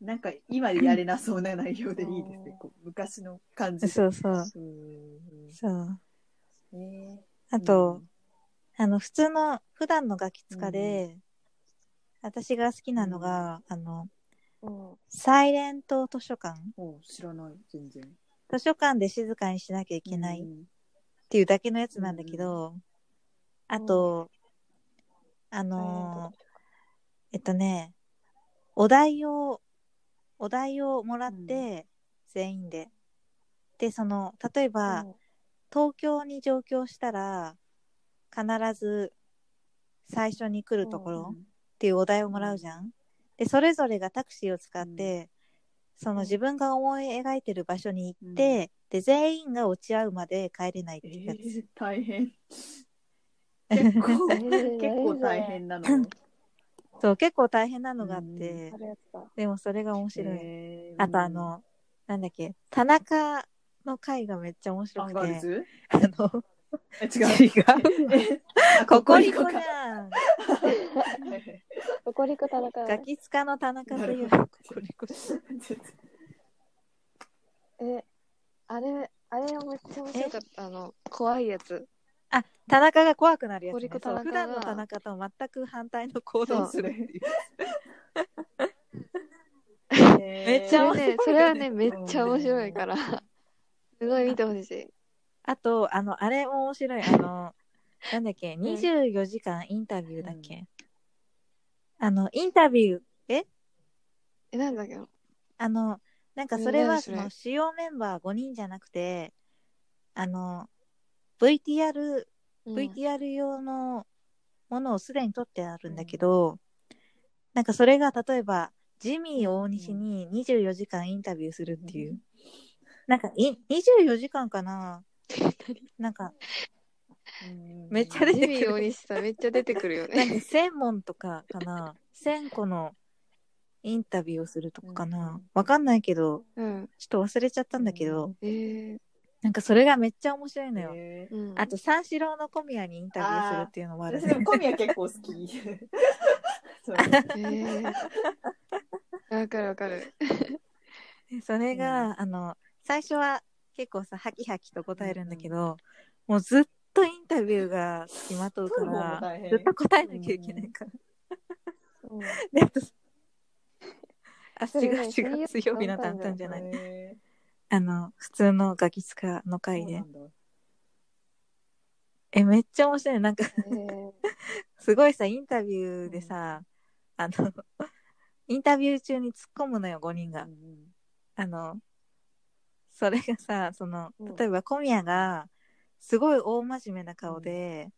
A: なんか今やれなそうな内容でいいですね。こう昔の感じで。
B: そうそう。
A: うん
B: そう。
A: ね
B: あと、、あの、普通の、普段のガキ使で、私が好きなのが、あの、
D: うん。
B: サイレント図書館。
A: うんお知らない、全然。い
B: 図書館で静かにしなきゃいけないっていうだけのやつなんだけど、あと、あのー、えっとね、お題を、お題をもらって、全員で。で、その、例えば、東京に上京したら、必ず最初に来るところっていうお題をもらうじゃん。で、それぞれがタクシーを使って、その自分が思い描いてる場所に行って、で、全員が落ち合うまで帰れないって
A: え
B: やつ。
A: ー、大 変。結構、
D: えー
A: 結構大。変なの。
B: そう、結構大変なのがあっ
D: 何
B: て
D: それあ、れやった。
B: でもそれが面白い。
A: えー
B: あとあ、の、なんだっけ、田中の回がめっちゃ面
A: うん
B: 白
A: アン
B: く
A: ガール
B: て、
A: ズ
B: あの、
A: え違う。
B: 違う。
A: あ
B: ココリコ
A: か
B: じゃん。
D: ココリコ田中。
B: ガキツカの田中という
A: なる
B: コ
A: ほど
B: コリコ。
D: え、あれ、あれめっちゃ面白かっ
C: あの、怖いやつ。
B: あ、田中が怖くなるやつ、
C: コ
B: ね
C: コリコ。
B: そう
C: 田
B: 普
C: 中が
B: 段の田中と全く反対の行動
C: そ
A: ど
C: う
A: うす る
B: め
A: め
B: っち
C: そ
B: ゃ
C: れ
B: 面白い
C: ね、それはね、めっちゃ面白いから、すごい見てほしい。
B: あと、あの、あれも面白い。あの、なんだっけ、24時間インタビューだっけ。あの、インタビュー、
C: え、なんだっけな
B: あの、なんか
C: うん
B: それは
C: 何
B: そ
C: それ
B: の主要メンバー5人じゃなくて、あの、VTR、
C: うん
B: VTR 用のものをすでに撮ってあるんだけど、なんかそれが例えば、ジミー大西に24時間インタビューするっていう。なんかい、24時間か ななんか、めっちゃ出
C: ジ
B: て
C: ミ
B: く
C: ー大
B: る。
C: 西さん、めっちゃ出てくるよ
B: なん
C: ね。
B: か1000問とかかな ?1000 個のインタビューをするとかか
A: うんう
B: なんわかんないけど、
C: うん。
B: ちょっと忘れちゃったんだけど、
C: えー、
B: なんかそれがめっちゃ面白いのよ。
A: えー
C: うん。
B: あと、三四郎の小宮にインタビューするっていうのもある
A: 私でも
B: ね。
A: 小宮結構好き。 そう
C: えー、わかるわかる。
B: それが、あの、最初は結構さ、ハキハキと答えるんだけど、もうずっとインタビューがつきまとうか
A: 撮る方も
B: ら
A: 大、変
B: ずっと答えなきゃいけないから。
D: た。うん
B: で、あと、 あ、
D: それ
B: 違う
D: ね
B: 違う、水
D: 水
B: 曜
D: 曜
B: 日
D: 日
B: の
D: の担
B: 担々
D: 々
B: じ
D: じ
B: ゃ
D: ゃ
B: ない。
A: え
B: あの、普通のガキツカの
A: ー
B: 回
A: そうな
B: で。
A: んだ
B: え、めっちゃ面白い。なんか、
D: えー
B: すごいさ、インタビューでさ、あの、 インタビュー中に突っ込むのよ、5人が
A: う。ん
B: あの、それがさ、その
D: うん、
B: 例えば小宮が、すごい大真面目な顔で、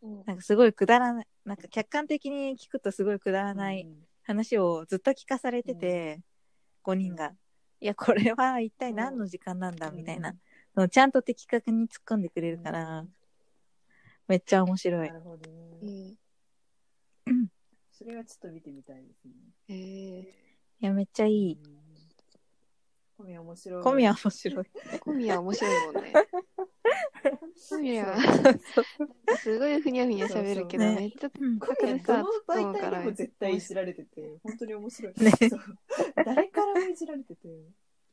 D: うん
B: なんかすごいくだらない、なんか客観的に聞くとすごいくだらない。話をずっと聞かされてて、5人が。いや、これは一体何の時間なんだ、
A: うん
B: みたいな
A: うん
B: のをちゃんと的確に突っ込んでくれるから、めっちゃ面白。
A: ないるほど
C: う
A: ね。
C: ん。
A: それはちょっと見てみたいですね。
C: えー、
B: いや、めっちゃいい。
A: うん小宮面白い。
B: 小宮面白い。
C: 小宮面白いもんね。小宮は、すごいふにゃふにゃ喋るけど、
B: そうそうね
C: めっちゃ
A: 小宮
C: 角さ
A: どの媒体にも絶対いじられてて、本当に面白い。そう誰からもいじられてて。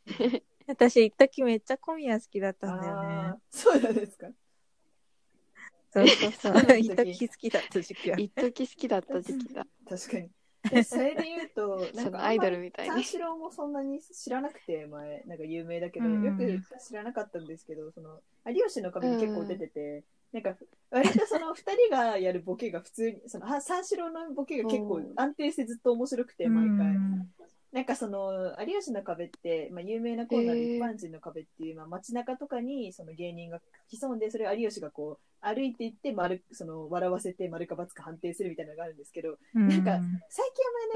B: 私、一時めっちゃ小宮好きだったんだよね
A: あ。ーそうなんですか。
B: そうそうそ。
A: そうう
B: 一時好きだった時期は。
C: 一時好きだった時期だ。
A: 確か に。でそれで言うと、なん
C: そ
A: か
C: のアイドルみたい
A: 三
C: に。
A: 四郎もそんなに知らなくて前なんか有名だけど、
B: うん
A: よく知らなかったんですけどその有吉の壁に結構出てて、なんか割とその二人がやるボケが普通にそのあ三四郎のボケが結構安定してずっと面白くて毎回、
B: うん
A: なんかその「有吉の壁」って、まあ、有名なコーナーで「一般人の壁」っていう、まあ、街中とかにその芸人が潜んでそれを有吉がこう歩いていって丸その笑わせて丸か×か判定するみたいなのがあるんですけどなんか最近はあんまり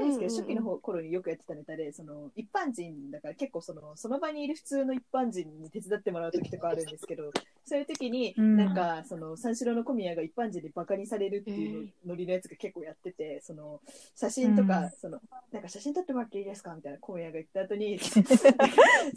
A: ないですけど、
C: うんうんうん
A: 初期の方頃によくやってたネタでその一般人だから結構そのその場にいる普通の一般人に手伝ってもらう時とかあるんですけ どそういう時に、
B: うん
A: なんかその三四郎の小宮が一般人でバカにされるっていうノリのやつが結構やっててその写真とか、
B: うん
A: そのなんか写真撮ってもらっていいですかみたいな小宮が言った後に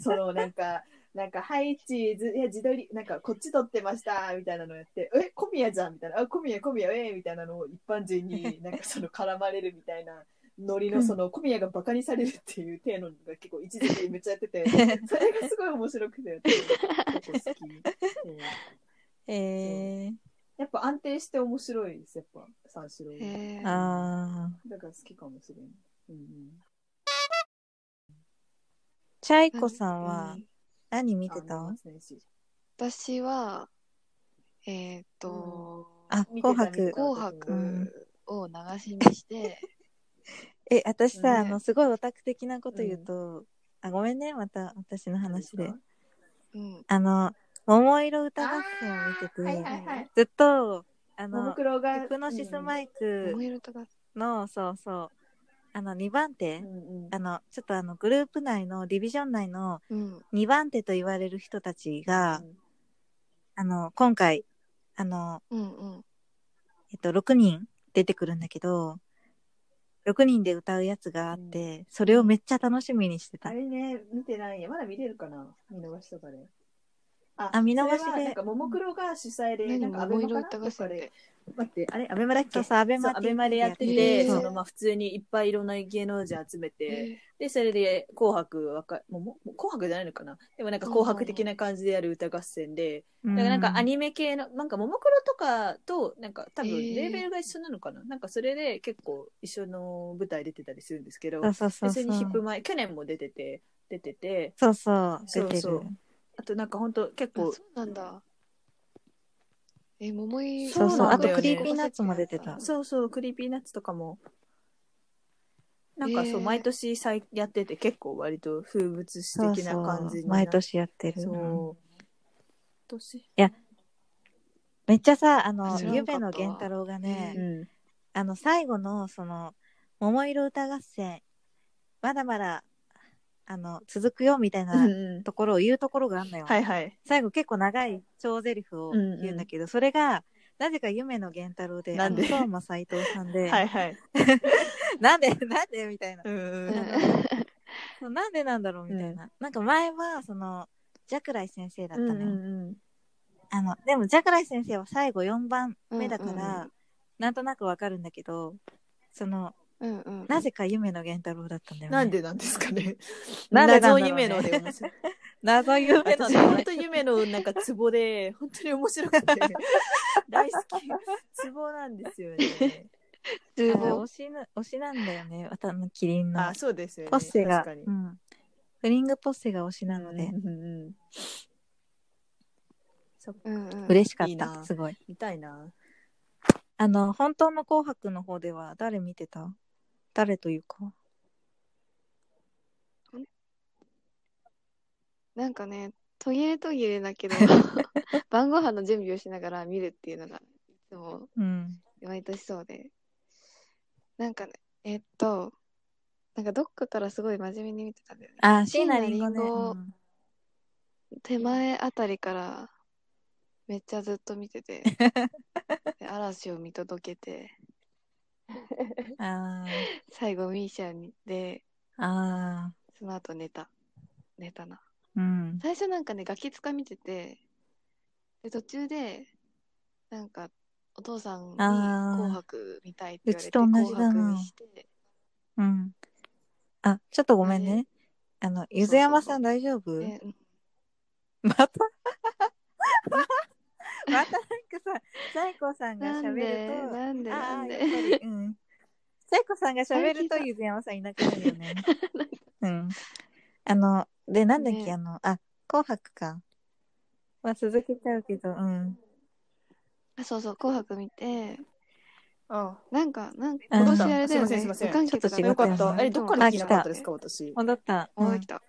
A: そのなんかなんか、はい、チーズ、いや、自撮り、なんか、こっち撮ってました、みたいなのやって、え、小宮じゃんみたいな、あ、小宮、小宮、えーみたいなのを一般人に、なんか、その、絡まれるみたいな、ノリの、その、小宮がバカにされるっていう体のが結構、一時期めっちゃや ってて、それがすごい面白くて、結構好き。うん
B: え
A: やっぱ安定して面白いです、やっぱ、三四郎は。
C: へ
B: ー、あー
A: だから好きかもしれん。うん
B: チャイコさんは
A: うん
B: 何
A: う
B: 見
A: ん、
B: て
A: あ
B: た
A: 年末年始
C: 私は、えっ、と、
B: あ
A: 見てた
B: 紅白
A: 見て
C: 紅
B: うん
C: 白を流し見して、
B: え私さ、
C: ね
B: あのすごいオタク的なこと言うと、あごめんねまた私の
A: た
B: 話で
C: うん。
B: あの「桃色歌合戦」を見てて、ずっとあ
A: もも
B: の
A: クロが。
B: ヒプノシスマイク
C: 思いるとか、
B: の、そうそうあの2番手、
A: うんうんうん
B: あのちょっとあのグループ内のディビジョン内の
C: うん。
B: 2番手と言われる人たちが、あの今回あの、
C: うんうん。
B: えっと、6人出てくるんだけど6人で歌うやつがあって、それをめっちゃ楽しみにしてた
A: あ。れね、見てないや。まだ見れるかな見逃しとかで。あ
B: あ見逃しで
A: それはなんか、ももクロが主催で、
C: 何
A: なんか、アベ
C: 桃色
A: マか
C: 歌
A: な
C: 合
A: と
C: 戦
A: か
C: っ
A: で
C: て。。
A: 待って、あれアベマだっ
B: そ
A: け
B: うそう、アベ
A: そう
B: マ
A: アベマでやって
C: へ
A: て、
C: ー
A: そのまあ普通にいっぱいいろんな芸能人集めて、
C: え
A: で、それで紅白わか、もうもう紅白じゃないのかなでもなんか紅白的な感じでやる歌合戦で、
B: だ
A: だからなんかアニメ系の、なんかももクロとかと、なんか多分
C: へー
A: レーベルが一緒なのかな、なんかそれで結構一緒の舞台出てたりするんですけど、
B: そうそうそうそ
A: 別にヒップ
B: う。
A: マイ、去年も出てて、出てて、
B: そうそう、
A: そ
B: 出
A: う
B: て
A: そ
B: る
A: う。あとなんか本当結
C: あ
A: 構
C: そ、うなんだ。え、桃井
B: そうそう、
A: な
B: あ
A: んだ
B: と
A: よね
B: クリーピーナッツも出てた。
A: そうそう、クリーピーナッツとかも、なんか
C: へ
A: そう、
C: ー
A: 毎年さいやってて、結構割と風物詩
B: そう
A: 的
B: そ
A: な感じ
B: う、
A: になっ
B: 毎年やってる。
A: そう。
B: うん
A: 今年
B: めっちゃさ、あの
C: あ知ら、なかった
B: 夢の源太郎が
A: う
B: ね、
A: ん。
B: あの、最後の、その、桃色歌合戦、まだまだ、あの、続くよ、みたいな
A: うん
B: ところを言うところがあんのよ。
A: はいはい。
B: 最後結構長い超ゼリフを言うんだけど、それが、なぜか夢の源太郎で、
A: なんで
B: あの相馬斎藤さん で、
A: はいはい。
B: なんで、 なんでみたいな。
A: うんうん
C: うん
B: そうなんでなんだろうみたいな、なんか前はそのジャクライ先生だった
A: うん
B: の
A: う
B: よ、
A: ん
B: あのでもジャクライ先生は最後4番目だから、
C: うんうん
B: なんとなくわかるんだけどその
C: うんうん。
B: なぜか夢の源太郎だったんだよね
A: なんでなんですかね。
B: なんでなんだ
A: 謎
B: ろうね
A: 夢ので面白い。
B: 謎夢の
A: 私本当夢のなんかツボで、本当に面白くて、大好き。ツボなんですよね。
B: あ
C: 通
B: れ
C: 報
B: 推しな推しなんだよね私のキリンの
A: あ、そうですよね。
B: ポッセが、
A: 確かに
B: う。ん、フリングポッセが推しなので、
A: うんうんうんそっか
C: うんうん。
B: 嬉しかった
A: いいな
B: すごい
A: 見たいな。
B: あの本当の「紅白」の方では誰見てた誰というか
C: なんかね、途切れ途切れ だけど、晩ご飯の準備をしながら見るっていうのが、いつも
B: うん
C: 毎年そうで。なんかね、えっと、なんかどっかからすごい真面目に見てたんだよね。
B: あ椎名林檎ね
C: 椎名林
B: う
C: 檎
B: ん
C: 手前あたりから、めっちゃずっと見て て、で嵐を見届けて、
B: あー
C: 最後ミーシャにで、
B: あ
C: その後寝た。寝たな。
B: ー、うん。
C: 最初なんかね、ガキつか見てて、で、途中で、なんか、お父さんに
B: あー
C: 紅白見たいって言われて、
B: うちと同じだな
C: 紅白見して、
B: うん。あ、ちょっとごめんね。あの、ゆずやまさん大丈夫
C: えうん
B: またまたなんかさ、サイコさんが
C: なん
B: 喋
C: で
B: ると、
C: なんで
B: あ
C: な
B: あ
C: ん
B: ー、
C: で
B: やっぱり、うん。サイコさんが喋ると
C: 最近さ
B: ゆずやまさんいな くなるよね。うん。あの、で、なんだっけ、
C: ね
B: あの、あ、紅白か。まあ、続けちゃうけど、うん。
C: あそうそう、紅白見て、
A: あ
C: なんか、なんか
B: うん
C: 今年あれだ
A: すい
C: よ
A: ません
C: ね、
A: すいません
C: 無観客
B: ち
A: あ
B: ょ
A: よかっ
B: っと違ったよ
A: た。
B: ね
A: え、どっから
C: あ
A: 聞い
C: 来
A: な
C: た
A: かったですか、私。
B: 戻った。う
C: 戻っ
B: ん
C: てきた。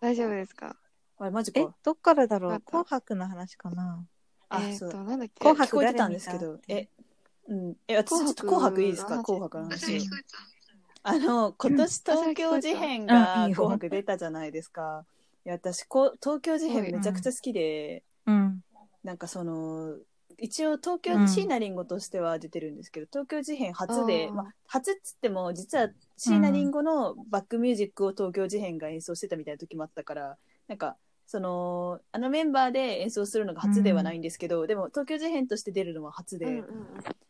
C: 大丈夫ですか
A: あれ、マジ
B: え
A: か。、
B: どっからだろ
C: ま
B: う
C: た
B: 紅白の話かな
A: あ、
C: えっ
A: そう
C: と、。なんだっけ
B: 紅
A: 聞
B: 白
A: こえ
B: 誰
A: てたんですけど、え、うん、え、私ちょっと紅白いいですか、紅白の
C: あ
A: 話
C: 聞。こえてた
A: あの、今年東京事変
B: うん
A: が
B: いいよ
A: 紅白出たじゃないですか。いや、私、こう東京事変めちゃくちゃ好きで、
B: うん。
A: なんかその、一応東京
B: う、ん
A: 椎名林檎としては出てるんですけど、東京事変初
C: あ
A: で、
C: ー
A: まあ、初っつっても、実は椎名林檎のバックミュージックを東京事変が演奏してたみたいな時もあったから、なんか、そのあのメンバーで演奏するのが初ではないんですけど、でも東京事変として出るのは初で、
C: うんうん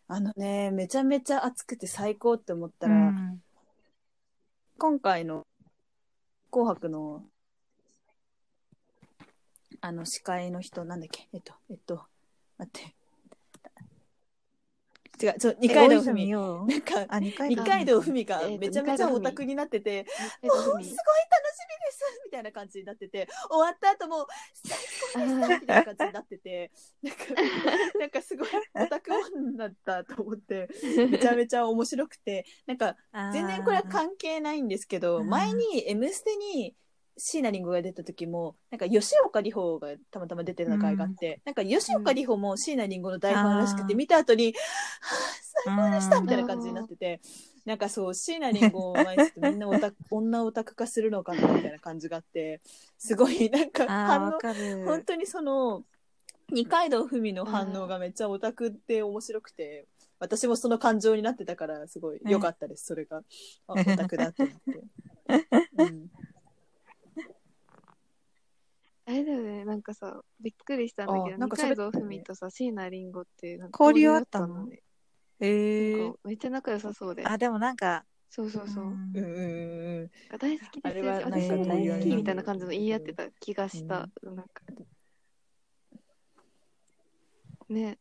A: あのねめちゃめちゃ熱くて最高って思った
B: う
A: ら、
B: ん
A: 今回の「紅白の」あの司会の人なんだっけえっとえっと待って違うそう二階堂ふみ
B: よ
A: なんか
B: あ、二階
A: 二
B: 堂。
A: 階堂ふみが
C: えっと
A: めちゃめちゃオタクになってて「おーすごい楽しみです」みたいな感じになってて終わった後も「最高です」みたいな感じになって てなんかなんかすごいオタク女だったと思 ってめちゃめちゃ面白くてなんか全然これは関係ないんですけ
B: あ
A: ど、
B: ー
A: 前に「M ステ」に椎名林檎が出た時もなんか吉岡里帆がたまたま出てた回があって、なんか吉岡里帆も椎名林檎の大ファンらしくて
B: あー
A: 見た後に「はあ最高でした」
B: うん
A: みたいな感じになってて。なんかそう椎名林檎を前にしてみんなオ タク女オタク化するのかなみたいな感じがあってすごいなんか
B: あー、
A: 反
B: わ
A: 応
B: かる。
A: 本当にその二階堂ふみの反応がめっちゃオタクで面白くて、私もその感情になってたからすごい良かったです、それがあオタクだって思って、うん、
C: あれだよね、なんかさ、びっくりしたんだけ
A: あ
C: ど、
A: なん
C: 二
A: か喋って
C: 階
A: たね
C: 堂ふみとさ、椎名林檎って、なんか
B: 交流あったの
C: 交流あね
B: へえ。
C: こうめっちゃ仲良さそうで。
B: あ、でもなんか、
C: そうそうそう。なん
A: うんうんうん
C: か大好き
A: あ
C: です
A: れ
C: よ
A: は。
B: なんか
C: 私
B: 交流あ
C: 大
B: りなんだ
C: 好きみたいな感じの言い合ってた気がした。なんか。ね。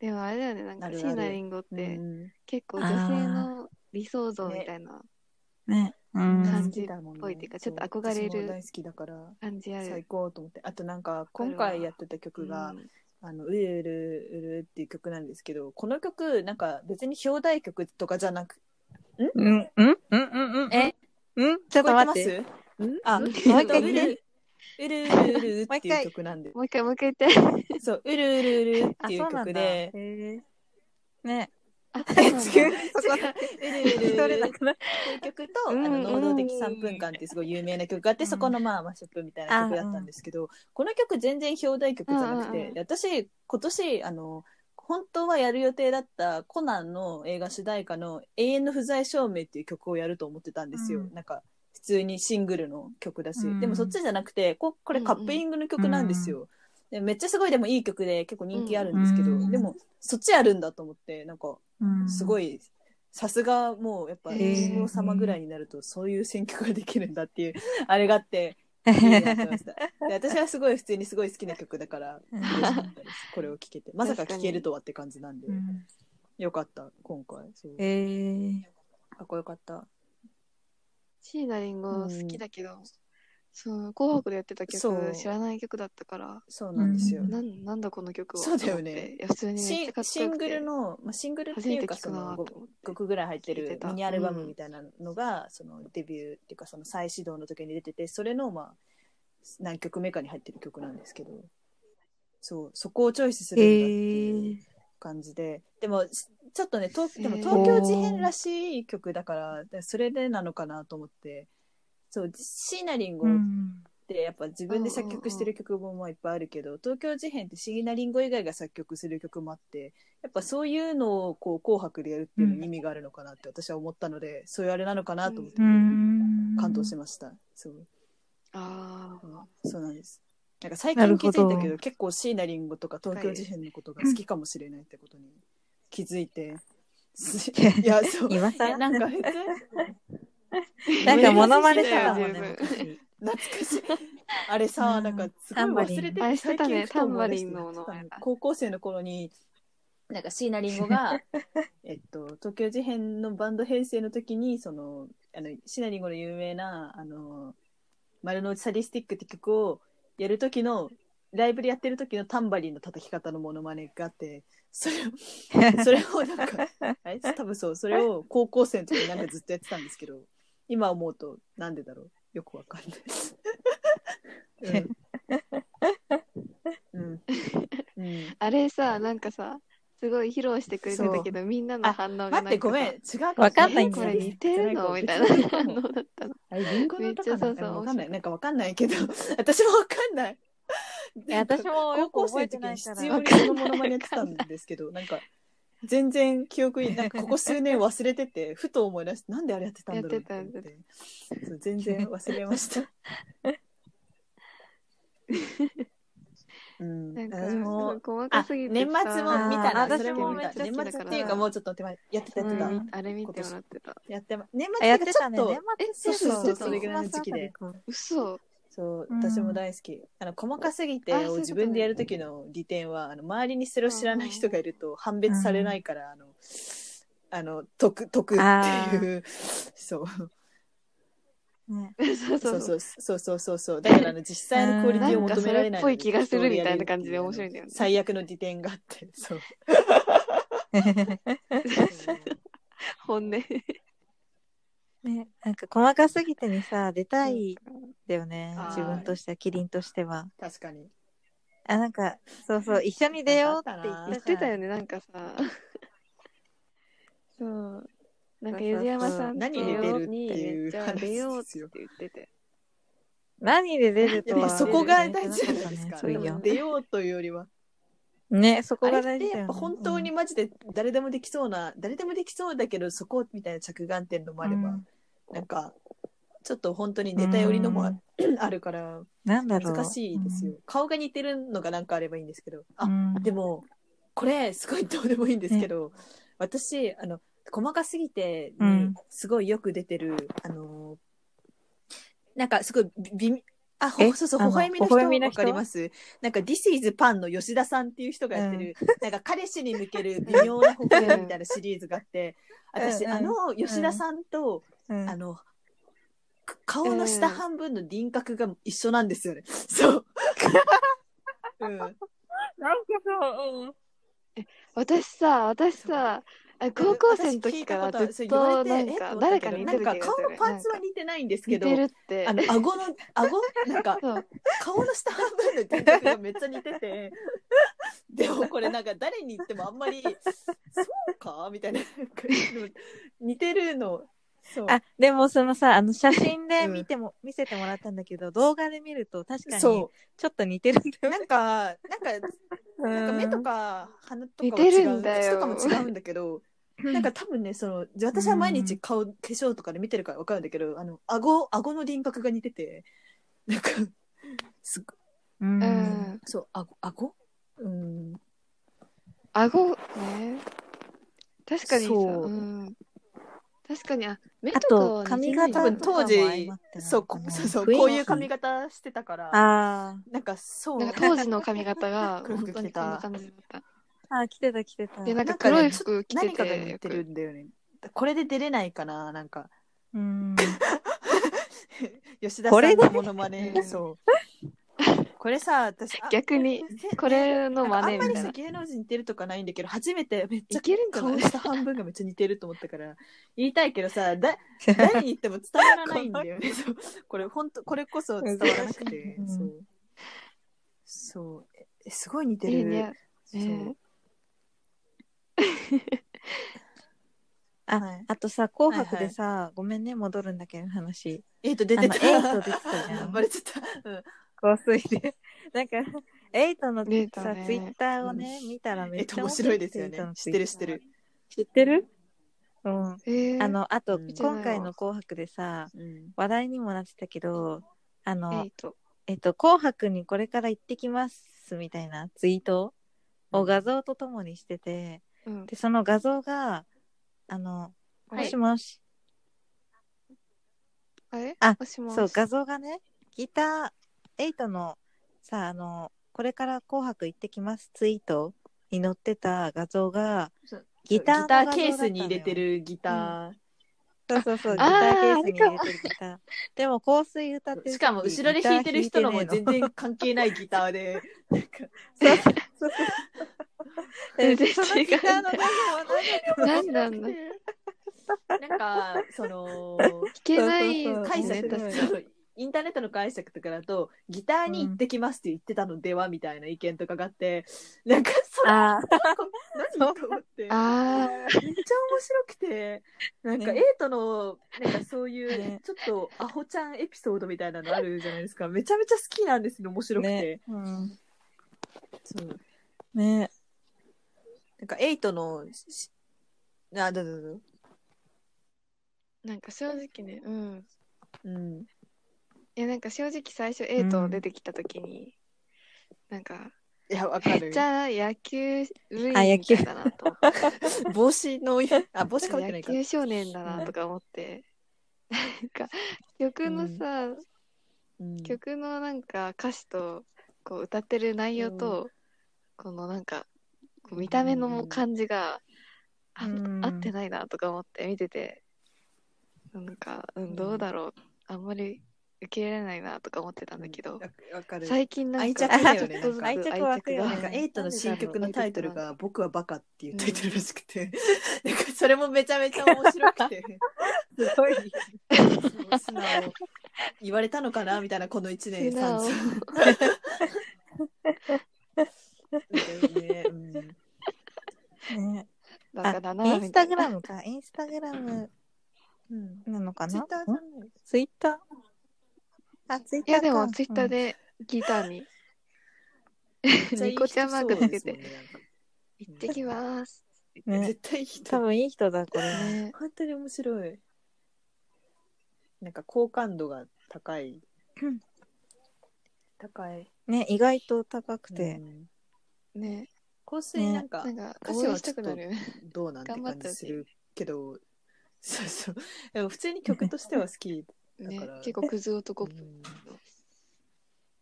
C: でもあれだよね、なん
A: あ
C: か
A: るある
C: 椎名林檎っ
A: うん
C: て
A: うん
C: 結構女性の理想像みたいな
B: ね。うん。
C: 感
A: 好
C: じ
A: きだもんね
C: っぽいっていうかちょっと
A: そう
C: 憧れる
A: 私も大好きだから
C: 感じある。
A: 最高と思ってあとなんか今回やってた曲が、
C: うん
A: あの「うるうるうる」っていう曲なんですけどこの曲なんか別に表題曲とかじゃなく
B: うん、うん、うん、うん、うん。
A: え
B: うん、ちょっと待って。
A: 聞こえてますあ、もう
B: 一回言って
A: うるうるうるうるうるっていう曲なんで
C: もう一回もう一回言って。
A: そううるうるうるっ
B: あ、
A: てい
B: そううなん
A: 曲
B: だ。
A: で
B: へえ。ね。
C: あ、
B: え、
C: そう
B: 違
C: なんだ
B: う。そこだけ。
A: うるうるう
B: 取れ
A: る
B: な
A: って
B: くなっ
A: いう曲とあ
C: うん
A: の
C: うん
A: 能動的3分間っていうすごい有名な曲があって
B: うん
A: そこのまあマッシュアップみたいな曲だったんですけどこの曲全然表題曲じゃなく
C: うんうん
A: て
C: うん
A: で私今年あの本当はやる予定だったコナンの映画主題歌の「永遠の不在証明」っていう曲をやると思ってたんですよ、
B: うん
A: なんか普通にシングルの曲だし、
B: うん
A: でもそっちじゃなくてここれカップリングの曲なんですよ、でめっちゃすごいでもいい曲で結構人気あるんですけど、
B: うん
A: でもそっちやるんだと思ってなんか
B: うん
A: す ごいさすがもうやっぱ
C: へ
A: 神
C: ー
A: 様ぐらいになるとそういう選曲ができるんだっていう あれがあっていいなって思いましたで私はすごい普通にすごい好きな曲だから嬉しかったですこれを聴けてまさか聴けるとはって感じなんで。
B: うん
A: よかった、今回。そう
B: へえ。
A: かっこよかった。
C: 椎名林檎好きだけど、その紅白でやってた
A: そう
C: 曲知らない曲だったから、
A: そうなんですよ。
B: うん
C: なんなんだこの曲は。
A: そうだよね
C: と思っていや普通にめっ
A: シン
C: ちゃかっこ
A: シ
C: よ
A: ン
C: く
A: グ
C: て
A: ルの、まあ、シングルって
C: 初め
A: いう
C: て
A: か
C: 聞
A: そ
C: くな
A: の
C: ーと思っ
A: 5,
C: て。
A: 曲ぐらい入って
C: 聞いて
A: る
C: た
A: ミニアルバムみたいなのが、そのデビューっていうかその再始動の時に出ててそれのまあ何曲目かに入ってる曲なんですけどそうそこをチョイスするんだっていう感じで、でもちょっとね東でも
C: へー
A: 東京事変らしい曲だからそれでなのかなと思ってそう椎名林檎
B: う
A: っ
B: ん。
A: ってやっぱ自分で作曲してる曲もまあいっぱいあるけど、東京事変って椎名林檎以外が作曲する曲もあってやっぱそういうのをこう紅白でやるっていうのに意味があるのかなって私は思ったので、そういうあれなのかなと思って
B: うん。
A: 感動しました、そう
C: ああ。
A: うんそうなんですなんか最
B: な
A: 近
B: る
A: 気づ
B: ほ
A: いた
B: ど
A: けど結構椎名林檎とか東京事変のことが好きかもしれないってことに気づいて、す いやそうい
B: 今さ
A: やなんか普通
B: なんかモノマネ
C: し
B: しててた
C: たも
B: も
C: ん
B: ん
C: ね
B: ね。
A: 懐かしい。あれさ、
B: うん
A: なんかす
B: タン
A: ご
B: バ
A: い
B: リン
A: 忘れて
C: あれしてた
A: 最近
C: ね
A: ふと思い出して
C: タンバリンのもの
A: やってた高校生の頃に、なんか椎名林檎 が、えっと、東京事変のバンド編成の時に、その、あの、椎名林檎の有名な、あの、丸の内サディスティックって曲をやる時の、ライブでやってる時のタンバリンの叩き方のモノマネがあって、それ を、それをなんか、あれ多分そう、それを高校生の時になんかずっとやってたんですけ ど、今思うと、なんでだろう。よくわかんないです。うん。うん。 うん
C: あれさ、なんかさ、すごい披露してくれてたけど、みんなの反応がなん
A: 待
C: か
A: って、ごめん。
C: さ
A: 違うかもしれない
B: わかんない
C: え
B: んだ
C: こ
B: よ
C: れ似てるのみたいな反応だったの。
A: あれ、リンゴの音か
C: めっちゃそう
A: な
C: そう
A: わかんない。なんかわかんないけど、 私もわかんない。
B: いや私もよ
A: 高
B: く
A: 校
B: 覚
A: 生
B: え
A: の
B: て
A: 時
B: な
A: に
B: いか
A: 必
B: ら
A: 要。にそのモノマネやってたんですけど、なんか、全然記憶に、なんかここ数年忘れてて、ふと思い出して、なんであれやってたんだろうって思って。そう全然忘れました。
C: 細か
A: あ
C: すぎて
A: 年
C: さ
A: 末も見た
B: あ
A: な、
B: ー私
A: それも見た。
C: めちゃ
A: 年
C: 好きだ
A: 末
C: か
A: っ
C: ら
A: ていうか、もうちょっと手前、やってた、やってた。
C: うんあれ見てもらってた。
A: やってま、年
B: あ
A: 末
B: や
A: だけ
B: って
A: ちょ
B: た
A: っ
B: ね。年
A: と、
B: 末
C: そうそう
B: ちょっと
C: それ
A: ぐらいの時期で
B: クリスマスあた
A: そう、
B: りかうん
C: 嘘。
A: 私も大好き。あの、細かすぎて
C: あそうい
A: を
C: うことね
A: 自分でやる時の利点は、あの、周りにそれを知らない人がいると判別されないから、あの、あの、得、得っていう、そう。
B: ね
C: そう
A: そ
C: そうう
A: そ
C: そう。
A: うそうそうそうそう。だからあの実際のクオリティを求められないの
C: うんなんかそれっぽい気がするみたいな感じで面白いんだよね
A: 最悪の利点があって、 そう。
C: 本音。
B: ね、なんか細かすぎてにさ、出たいんだよね
A: うん。
B: 自分としては、キリンとしては。
A: 確かに。
B: あ、なんか、そうそう、一緒に出ようって言って
C: や
B: さ
C: ってたよね、なんかさ。そう。なんか、ゆじやまさんと
A: 何入れてるってい
C: め
A: う
C: っちゃ
A: 話
C: 出よう
A: で
C: っ
A: す
C: て
A: よ。
C: 言ってて。
B: 何で出ると
A: でも
B: は。
A: そこが大事じゃないです
B: ね
A: か。
B: そうい
A: で
B: う
A: も
B: の
A: 出ようというよりは。
B: ね、そ
A: あ
B: こ
A: れ
B: が
A: っ
B: 大
A: て
B: 事だよ
A: やっ
B: ね。
A: ぱ本当にマジで誰でもできそうな、誰でもできそうだけどそこみたいな着眼点のもあれば、
B: うん
A: なんか、ちょっと本当にネタ寄りのもあ あるから、
B: なんだろう。
A: 難しいですよ。顔が似てるのがなんかあればいいんですけど。あ
B: う、ん。
A: でも、これ、すごいどうでもいいんですけど、私、あの、細かすぎてに
B: うん
A: すごいよく出てる、あの、なんかすごいび、び、あ、
B: え
A: ほそうそう、
B: あの
A: 微笑みの
B: 微笑み
A: 人
B: の
A: わ
B: 人
A: かりますなんか、This is Pan の吉田さんっていう人がやってる、なんか彼氏に向ける微妙な微笑みみたいなシリーズがあって、私、
B: うん
A: あの、吉田さんと、
B: うん
A: あの、か顔の下半分の輪郭が一緒なんですよね。 そう。うん。
C: 私さ、私さ、あ高校生の時から
A: 私
C: ず
A: 聞
C: っ
A: いたことあ
C: と
A: る
C: な
A: それ
C: ん
A: 言われてえっ
C: か
A: と思った
C: 誰
A: け
C: か
A: ど
C: に似てる
A: なんか
C: 気が
A: 顔
C: する
A: のパーツは似てないんですけ
C: 似
A: ど、
C: てるって
A: あ。の、顎の、顎、なんか、
C: そう。
A: 顔の下半分の輪郭がめっちゃ似て て、でもこれなんか誰に言ってもあんまり、そうかみたいな。似てるの。そう。
B: あ、でもそのさ、あの写真で見ても、見せてもらったんだけど、動画で見ると確かにちょ
A: そ
B: っと似てるんだ
A: う。
B: よね。
A: なんか、なんか、なんか目とか鼻とかは
C: 似て
A: 違
C: る
A: うん
C: だ
A: 口
C: よ
A: とかも違うんだけど、なんか多分ね、その、私は毎日顔、化粧とかで見てるからわかるんだけど、あの、顎、顎の輪郭が似てて、なんか、すご
B: う。
C: うんん。
A: そう、顎、顎うん。
C: 顎、ね。確かにさ、
A: そう
C: うん。確かに、あ、目
B: あ
C: とか
B: と
C: は、
B: 髪
C: 似てない
B: 型
A: 多分
B: とかも
A: 当
B: 相まっ
A: 時
B: てなのかな
A: そう、こそうそう、
B: 雰囲気
A: こういう髪型してたから、
B: あ
A: なんかそう、
C: なんか当時の髪型が、
A: 黒
C: 本
A: く
C: 当
A: 着て
C: に
A: た
C: こんな感じだった。
B: あ。あー来てた来てた。
C: で、なんか
A: なんか
C: 黒
A: ね
C: い服着て
A: 何
C: て、
A: かが似てる
C: よく
A: んだよね。これで出れないかな、なんか。
B: うん。
A: 吉田さ
B: こ
A: ん
B: れ
A: の
B: で
A: モノマネ
C: う、ん
A: そう。これさ、私、あ
C: 逆に、これ
A: な
C: の
A: んか
C: 真
A: あん
C: 似
A: まり
C: みたい
A: さ
C: な。
A: 芸能人似てるとかないんだけど初めてめっちゃ
C: いけるんじゃな
A: 顔
C: い
A: した半分がめっちゃ似てると思ったから言いたいけど さだ誰に言っても伝わらないんだよねそうこれ本当これこそ伝わらなくて
B: 難しい
A: そうそうええすごい似てる
C: いいね。
A: そう、
C: ね
B: あ
A: はい
B: あとさ、紅白でさ、ごめんね、戻るんだけど話。
A: エイト出てた
B: あのエイト出てたじゃん
A: バレちゃった、うん
B: 香水で。なんか、エイトの
C: 出た
B: さ、
C: ね
B: ツイッターをね、見たらめ
A: エ
B: っ
A: イ
B: ち
A: ト
B: ゃ
A: 面白いですよね知ってる知ってる。
B: 知ってるうん。
C: えー、
B: あの、あと、
A: うん
B: 今回の紅白でさ、
A: うん
B: 話題にもなってたけど、あ
C: え
B: の
C: っ、と、
B: えっと、紅白にこれから行ってきますみたいなツイートを画像とともにしてて、
C: うん。
B: で、その画像が、あの、
C: は
B: も
C: い
B: しもし、
C: あれ
B: あ
C: もしもし
B: そう、画像がね、ギター8のさ、あの、これから紅白行ってきますツイートに載ってた画像が、
A: そう
B: ギターの
A: ギタ
B: 画
A: ー
B: 像だった
A: ケー
B: のよ
A: スに入れてるギタ
B: そうそうそう、ギタ
C: あ
B: ーケ
C: あ
B: ースに入れてるギター。でも、香水歌っ
A: ー、
B: てる時
A: しかも後ろで弾いてる人のも
B: ギター弾
A: 全
B: い
A: 然関係ないギターで なんか
B: てねえの
C: 全然違う
B: そのギターの画像は何
C: 何なんだ
A: なんか、その、
C: 聞けない
B: そうそうそう
A: 解釈
C: ね確かに
A: そうインターネットの解釈とかだと、ギターに行ってきますって言ってたのではみたいな意見とかがあって、なんか、それ、
B: あ
A: 何と思って、めっちゃ
C: ああ、
A: 面白くて、なんか、エ
B: ね
A: イトの、なんかそういう
B: ね、
A: ちょっとアホちゃんエピソードみたいなのあるじゃないですか。めちゃめちゃ好きなんですよ、面白くて。
B: ねうん
A: そう
B: ね
A: なんか、エイトの、しあ、どうぞどうぞ。
C: なんか正直ね、うん。
A: うん。
C: いや、なんか正直最初、エイト出てきたときに、なんか、
A: いや、わか
C: め
A: る
C: っち。ゃ野球部員
B: あ野
C: み
B: 球
C: たいだなと思って
A: 帽子の、 あ、帽子かぶってな
C: 野
A: いか。
C: 球少年だなとか思ってなんか曲のさ、
A: うん
C: 曲のなんか歌詞とこう歌ってる内容と、このなんかこう見た目の感じが、あ
B: うん
C: 合ってないなとか思って見ててなんか、うん、どうだろうあんまり受け入れられないなとか思ってたんだけど、
A: わわかる。
C: 最近なん
A: 愛
C: か
A: 着だよね
C: ちょっとずつ
A: 愛
B: 着湧くよね
A: なんか、エイトの新曲のタイトル
C: なんだろう
A: が、僕はバカっていうタイトルらしくて、 なんか、それもめちゃめちゃ面白く て、すごい、素直。言われたのかなみたいな、この1年
C: 素直
A: 3ね、うん
B: ね
C: バ
B: あ
C: カだな
B: インスタグ
C: みたい
B: ラムか。インスタグラム
A: うん。
B: なのか
A: ツイッ
B: な
A: ターじゃない
B: ツイッター。あ、ツイッタ
C: な
B: ー
C: いや
B: か。
C: でもツイッターでギターに、ニコちゃんマークつけて「行ってきます
B: うん。ね
A: 絶対いい人
B: 多分いい人だ、こ」れ。
C: ね
A: 本当に面白いなんか好感度が高い
B: うん
A: 高い
B: ね、意外と高くて。
A: うん
C: ね
A: 香水なんか
C: なんか
A: 歌
C: 応
A: 詞は
C: 援したくなるよね
A: どうなんて
C: 頑張っ
A: 感じ
C: てほしい
A: するけどそうそうでも普通に曲としては好 き
C: ね
A: だから
C: 結構クズ男っぽい
A: うん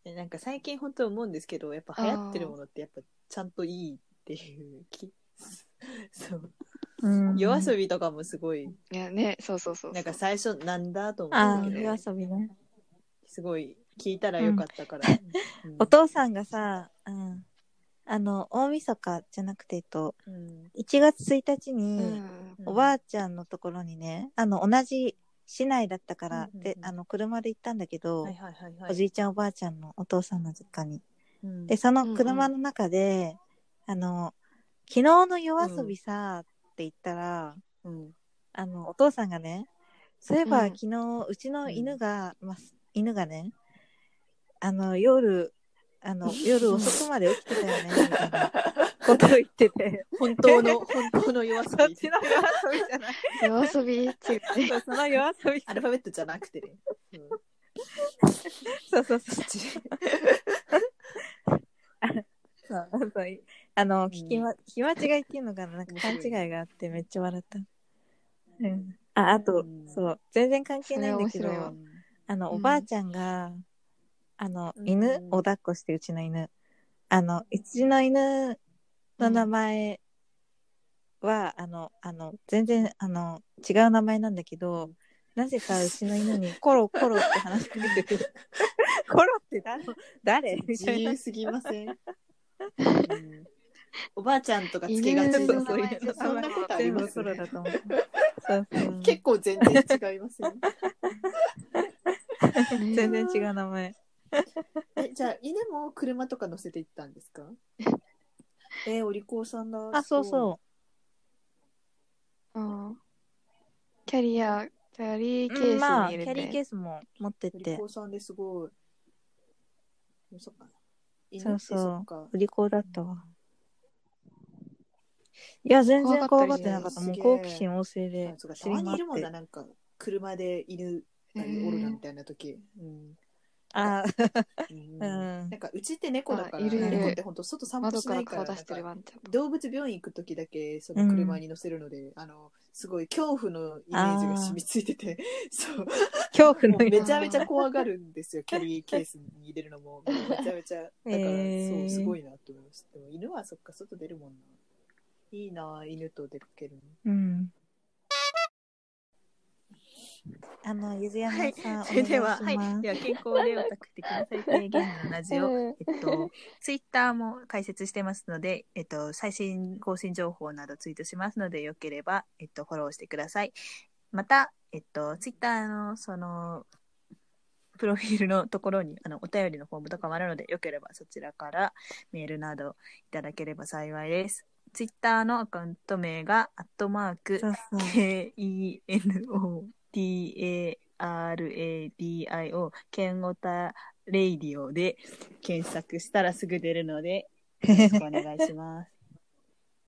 A: でなんか最近本当思うんですけどやっぱ流行ってるものってやっぱちゃんといいっていう気そう
B: うん
A: 夜遊びとかもすごい
C: いやねそうそうそうそう
A: なんか最初なんだと思
B: あ
A: うん
B: あ、
A: だけ
B: 夜
A: ど
B: 遊びね。
A: すごい聞いたらよかった から、うん
B: お父さんがさ、うん。あの、大晦日じゃなくて、えっと、
A: うん
B: 1月1日
C: う
B: に、
C: ん
B: おばあちゃんのところにね、あの、同じ市内だったから、
A: うんうんうん
B: で、あの、車で行ったんだけど、
A: はいはいはいはい
B: おじいちゃんおばあちゃんのお父さんの実家に。
A: うん
B: で、その車の中で、あの、昨日の夜遊びさ、って言ったら、
A: うん
B: あの、お父さんがね、そういえば、
C: うん
B: 昨日、うちの犬が、まあ、犬がね、あの、夜、あの、夜遅くまで起きてたよね、みたいなことを言っ てて、
A: 本当の本当の夜遊
B: そっ
A: び
B: ちの 夜遊びじゃない。
C: 夜遊びっていうね
B: そうその夜遊び
A: アルファベットじゃなくてね、うん
B: そうそうそう。あそうそうあの、聞きま、聞き間違いっていうのかな、なんか勘違いがあってめっちゃ笑った。うん。あ、あと、
A: うん
B: そう、全然関係ないんだけ
C: それ面白い
B: ど
C: わ、
B: あの、
C: うん
B: おばあちゃんが、あの、
A: うん
B: 犬を抱っこして、うちの犬。あの、うちの犬の名前は、あの、あの、全然、あの、違う名前なんだけど、なぜかうちの犬にコロコロって話しかけてくる。 コロって誰誰み
A: 自
B: たいな
A: 由。すぎま せん、うんおばあちゃんとかつけがち
C: 犬
A: と
C: の
A: かそういう
C: 名前
A: のそんなことあり
B: 全
A: ま
B: 部
A: す
B: コロだと思う。そうそう。
A: 結構全然違いますよ
B: 全然違う名前。
A: えじゃあ犬も車とか乗せていったんですかえお利口さんだ
B: あ、そうそう。
C: うんキャリアキャリーケース
B: うん
C: に
B: まあ、キ
C: 入れ
B: ャリーケ
C: て
B: ースも持ってっ
A: お利
B: て、
A: 口さんですごいでもそっか犬
B: そうそう
A: ってっか
B: 売り子だったわ。いや、全然怖
C: 怖
B: が
C: が
B: っ
C: った
B: て
C: り
B: な
C: ね
B: かった。もう
A: すげえ
B: 好奇心旺盛で
A: あそうか、た
B: 走り
A: ま
B: 回
A: にいる
B: っ
A: もんな
B: て。
A: なんか車で犬
C: え
A: なりオルガみたいな時、うん
B: あ、
A: うん
B: うん
A: なんかうちって猫だから
C: あいる
B: いる
A: 猫って本当外散歩
C: 窓
A: し
C: か
A: な
C: ら
A: いから
C: 顔出して
A: なん
C: る
A: か
C: ワンちゃん
A: 動物病院行く時だけその車に乗せるので、あのすごい恐怖のイメージが染みついてて そう
B: 恐怖
A: もう
B: の
A: めちゃめちゃ怖がるんですよ、キャリーケースに入れるの も。めちゃめちゃ。だから、
B: へー
A: そう、すごいなと思います。でも犬はそっか、外出るもんな。いいな、犬と出かけるの。
B: うん。あの、ゆずやまさん、お願いします。
A: は健康でオタク的な最低限のラジオ
C: うん
A: えっと、ツイッターも開設してますので、えっと、最新更新情報などツイートしますので、よければ、えっと、フォローしてください。また、えっと、ツイッターの、その、プロフィールのところに、あの、お便りのフォームとかもあるので、よければそちらからメールなどいただければ幸いです。ツイッターのアカウント名が、アットマーク
B: そ、うそう。
A: K-E-N-O-T-A-R-A-D-I-O、ケンゴタレイディオで検索したらすぐ出るので、よろしくお願いします。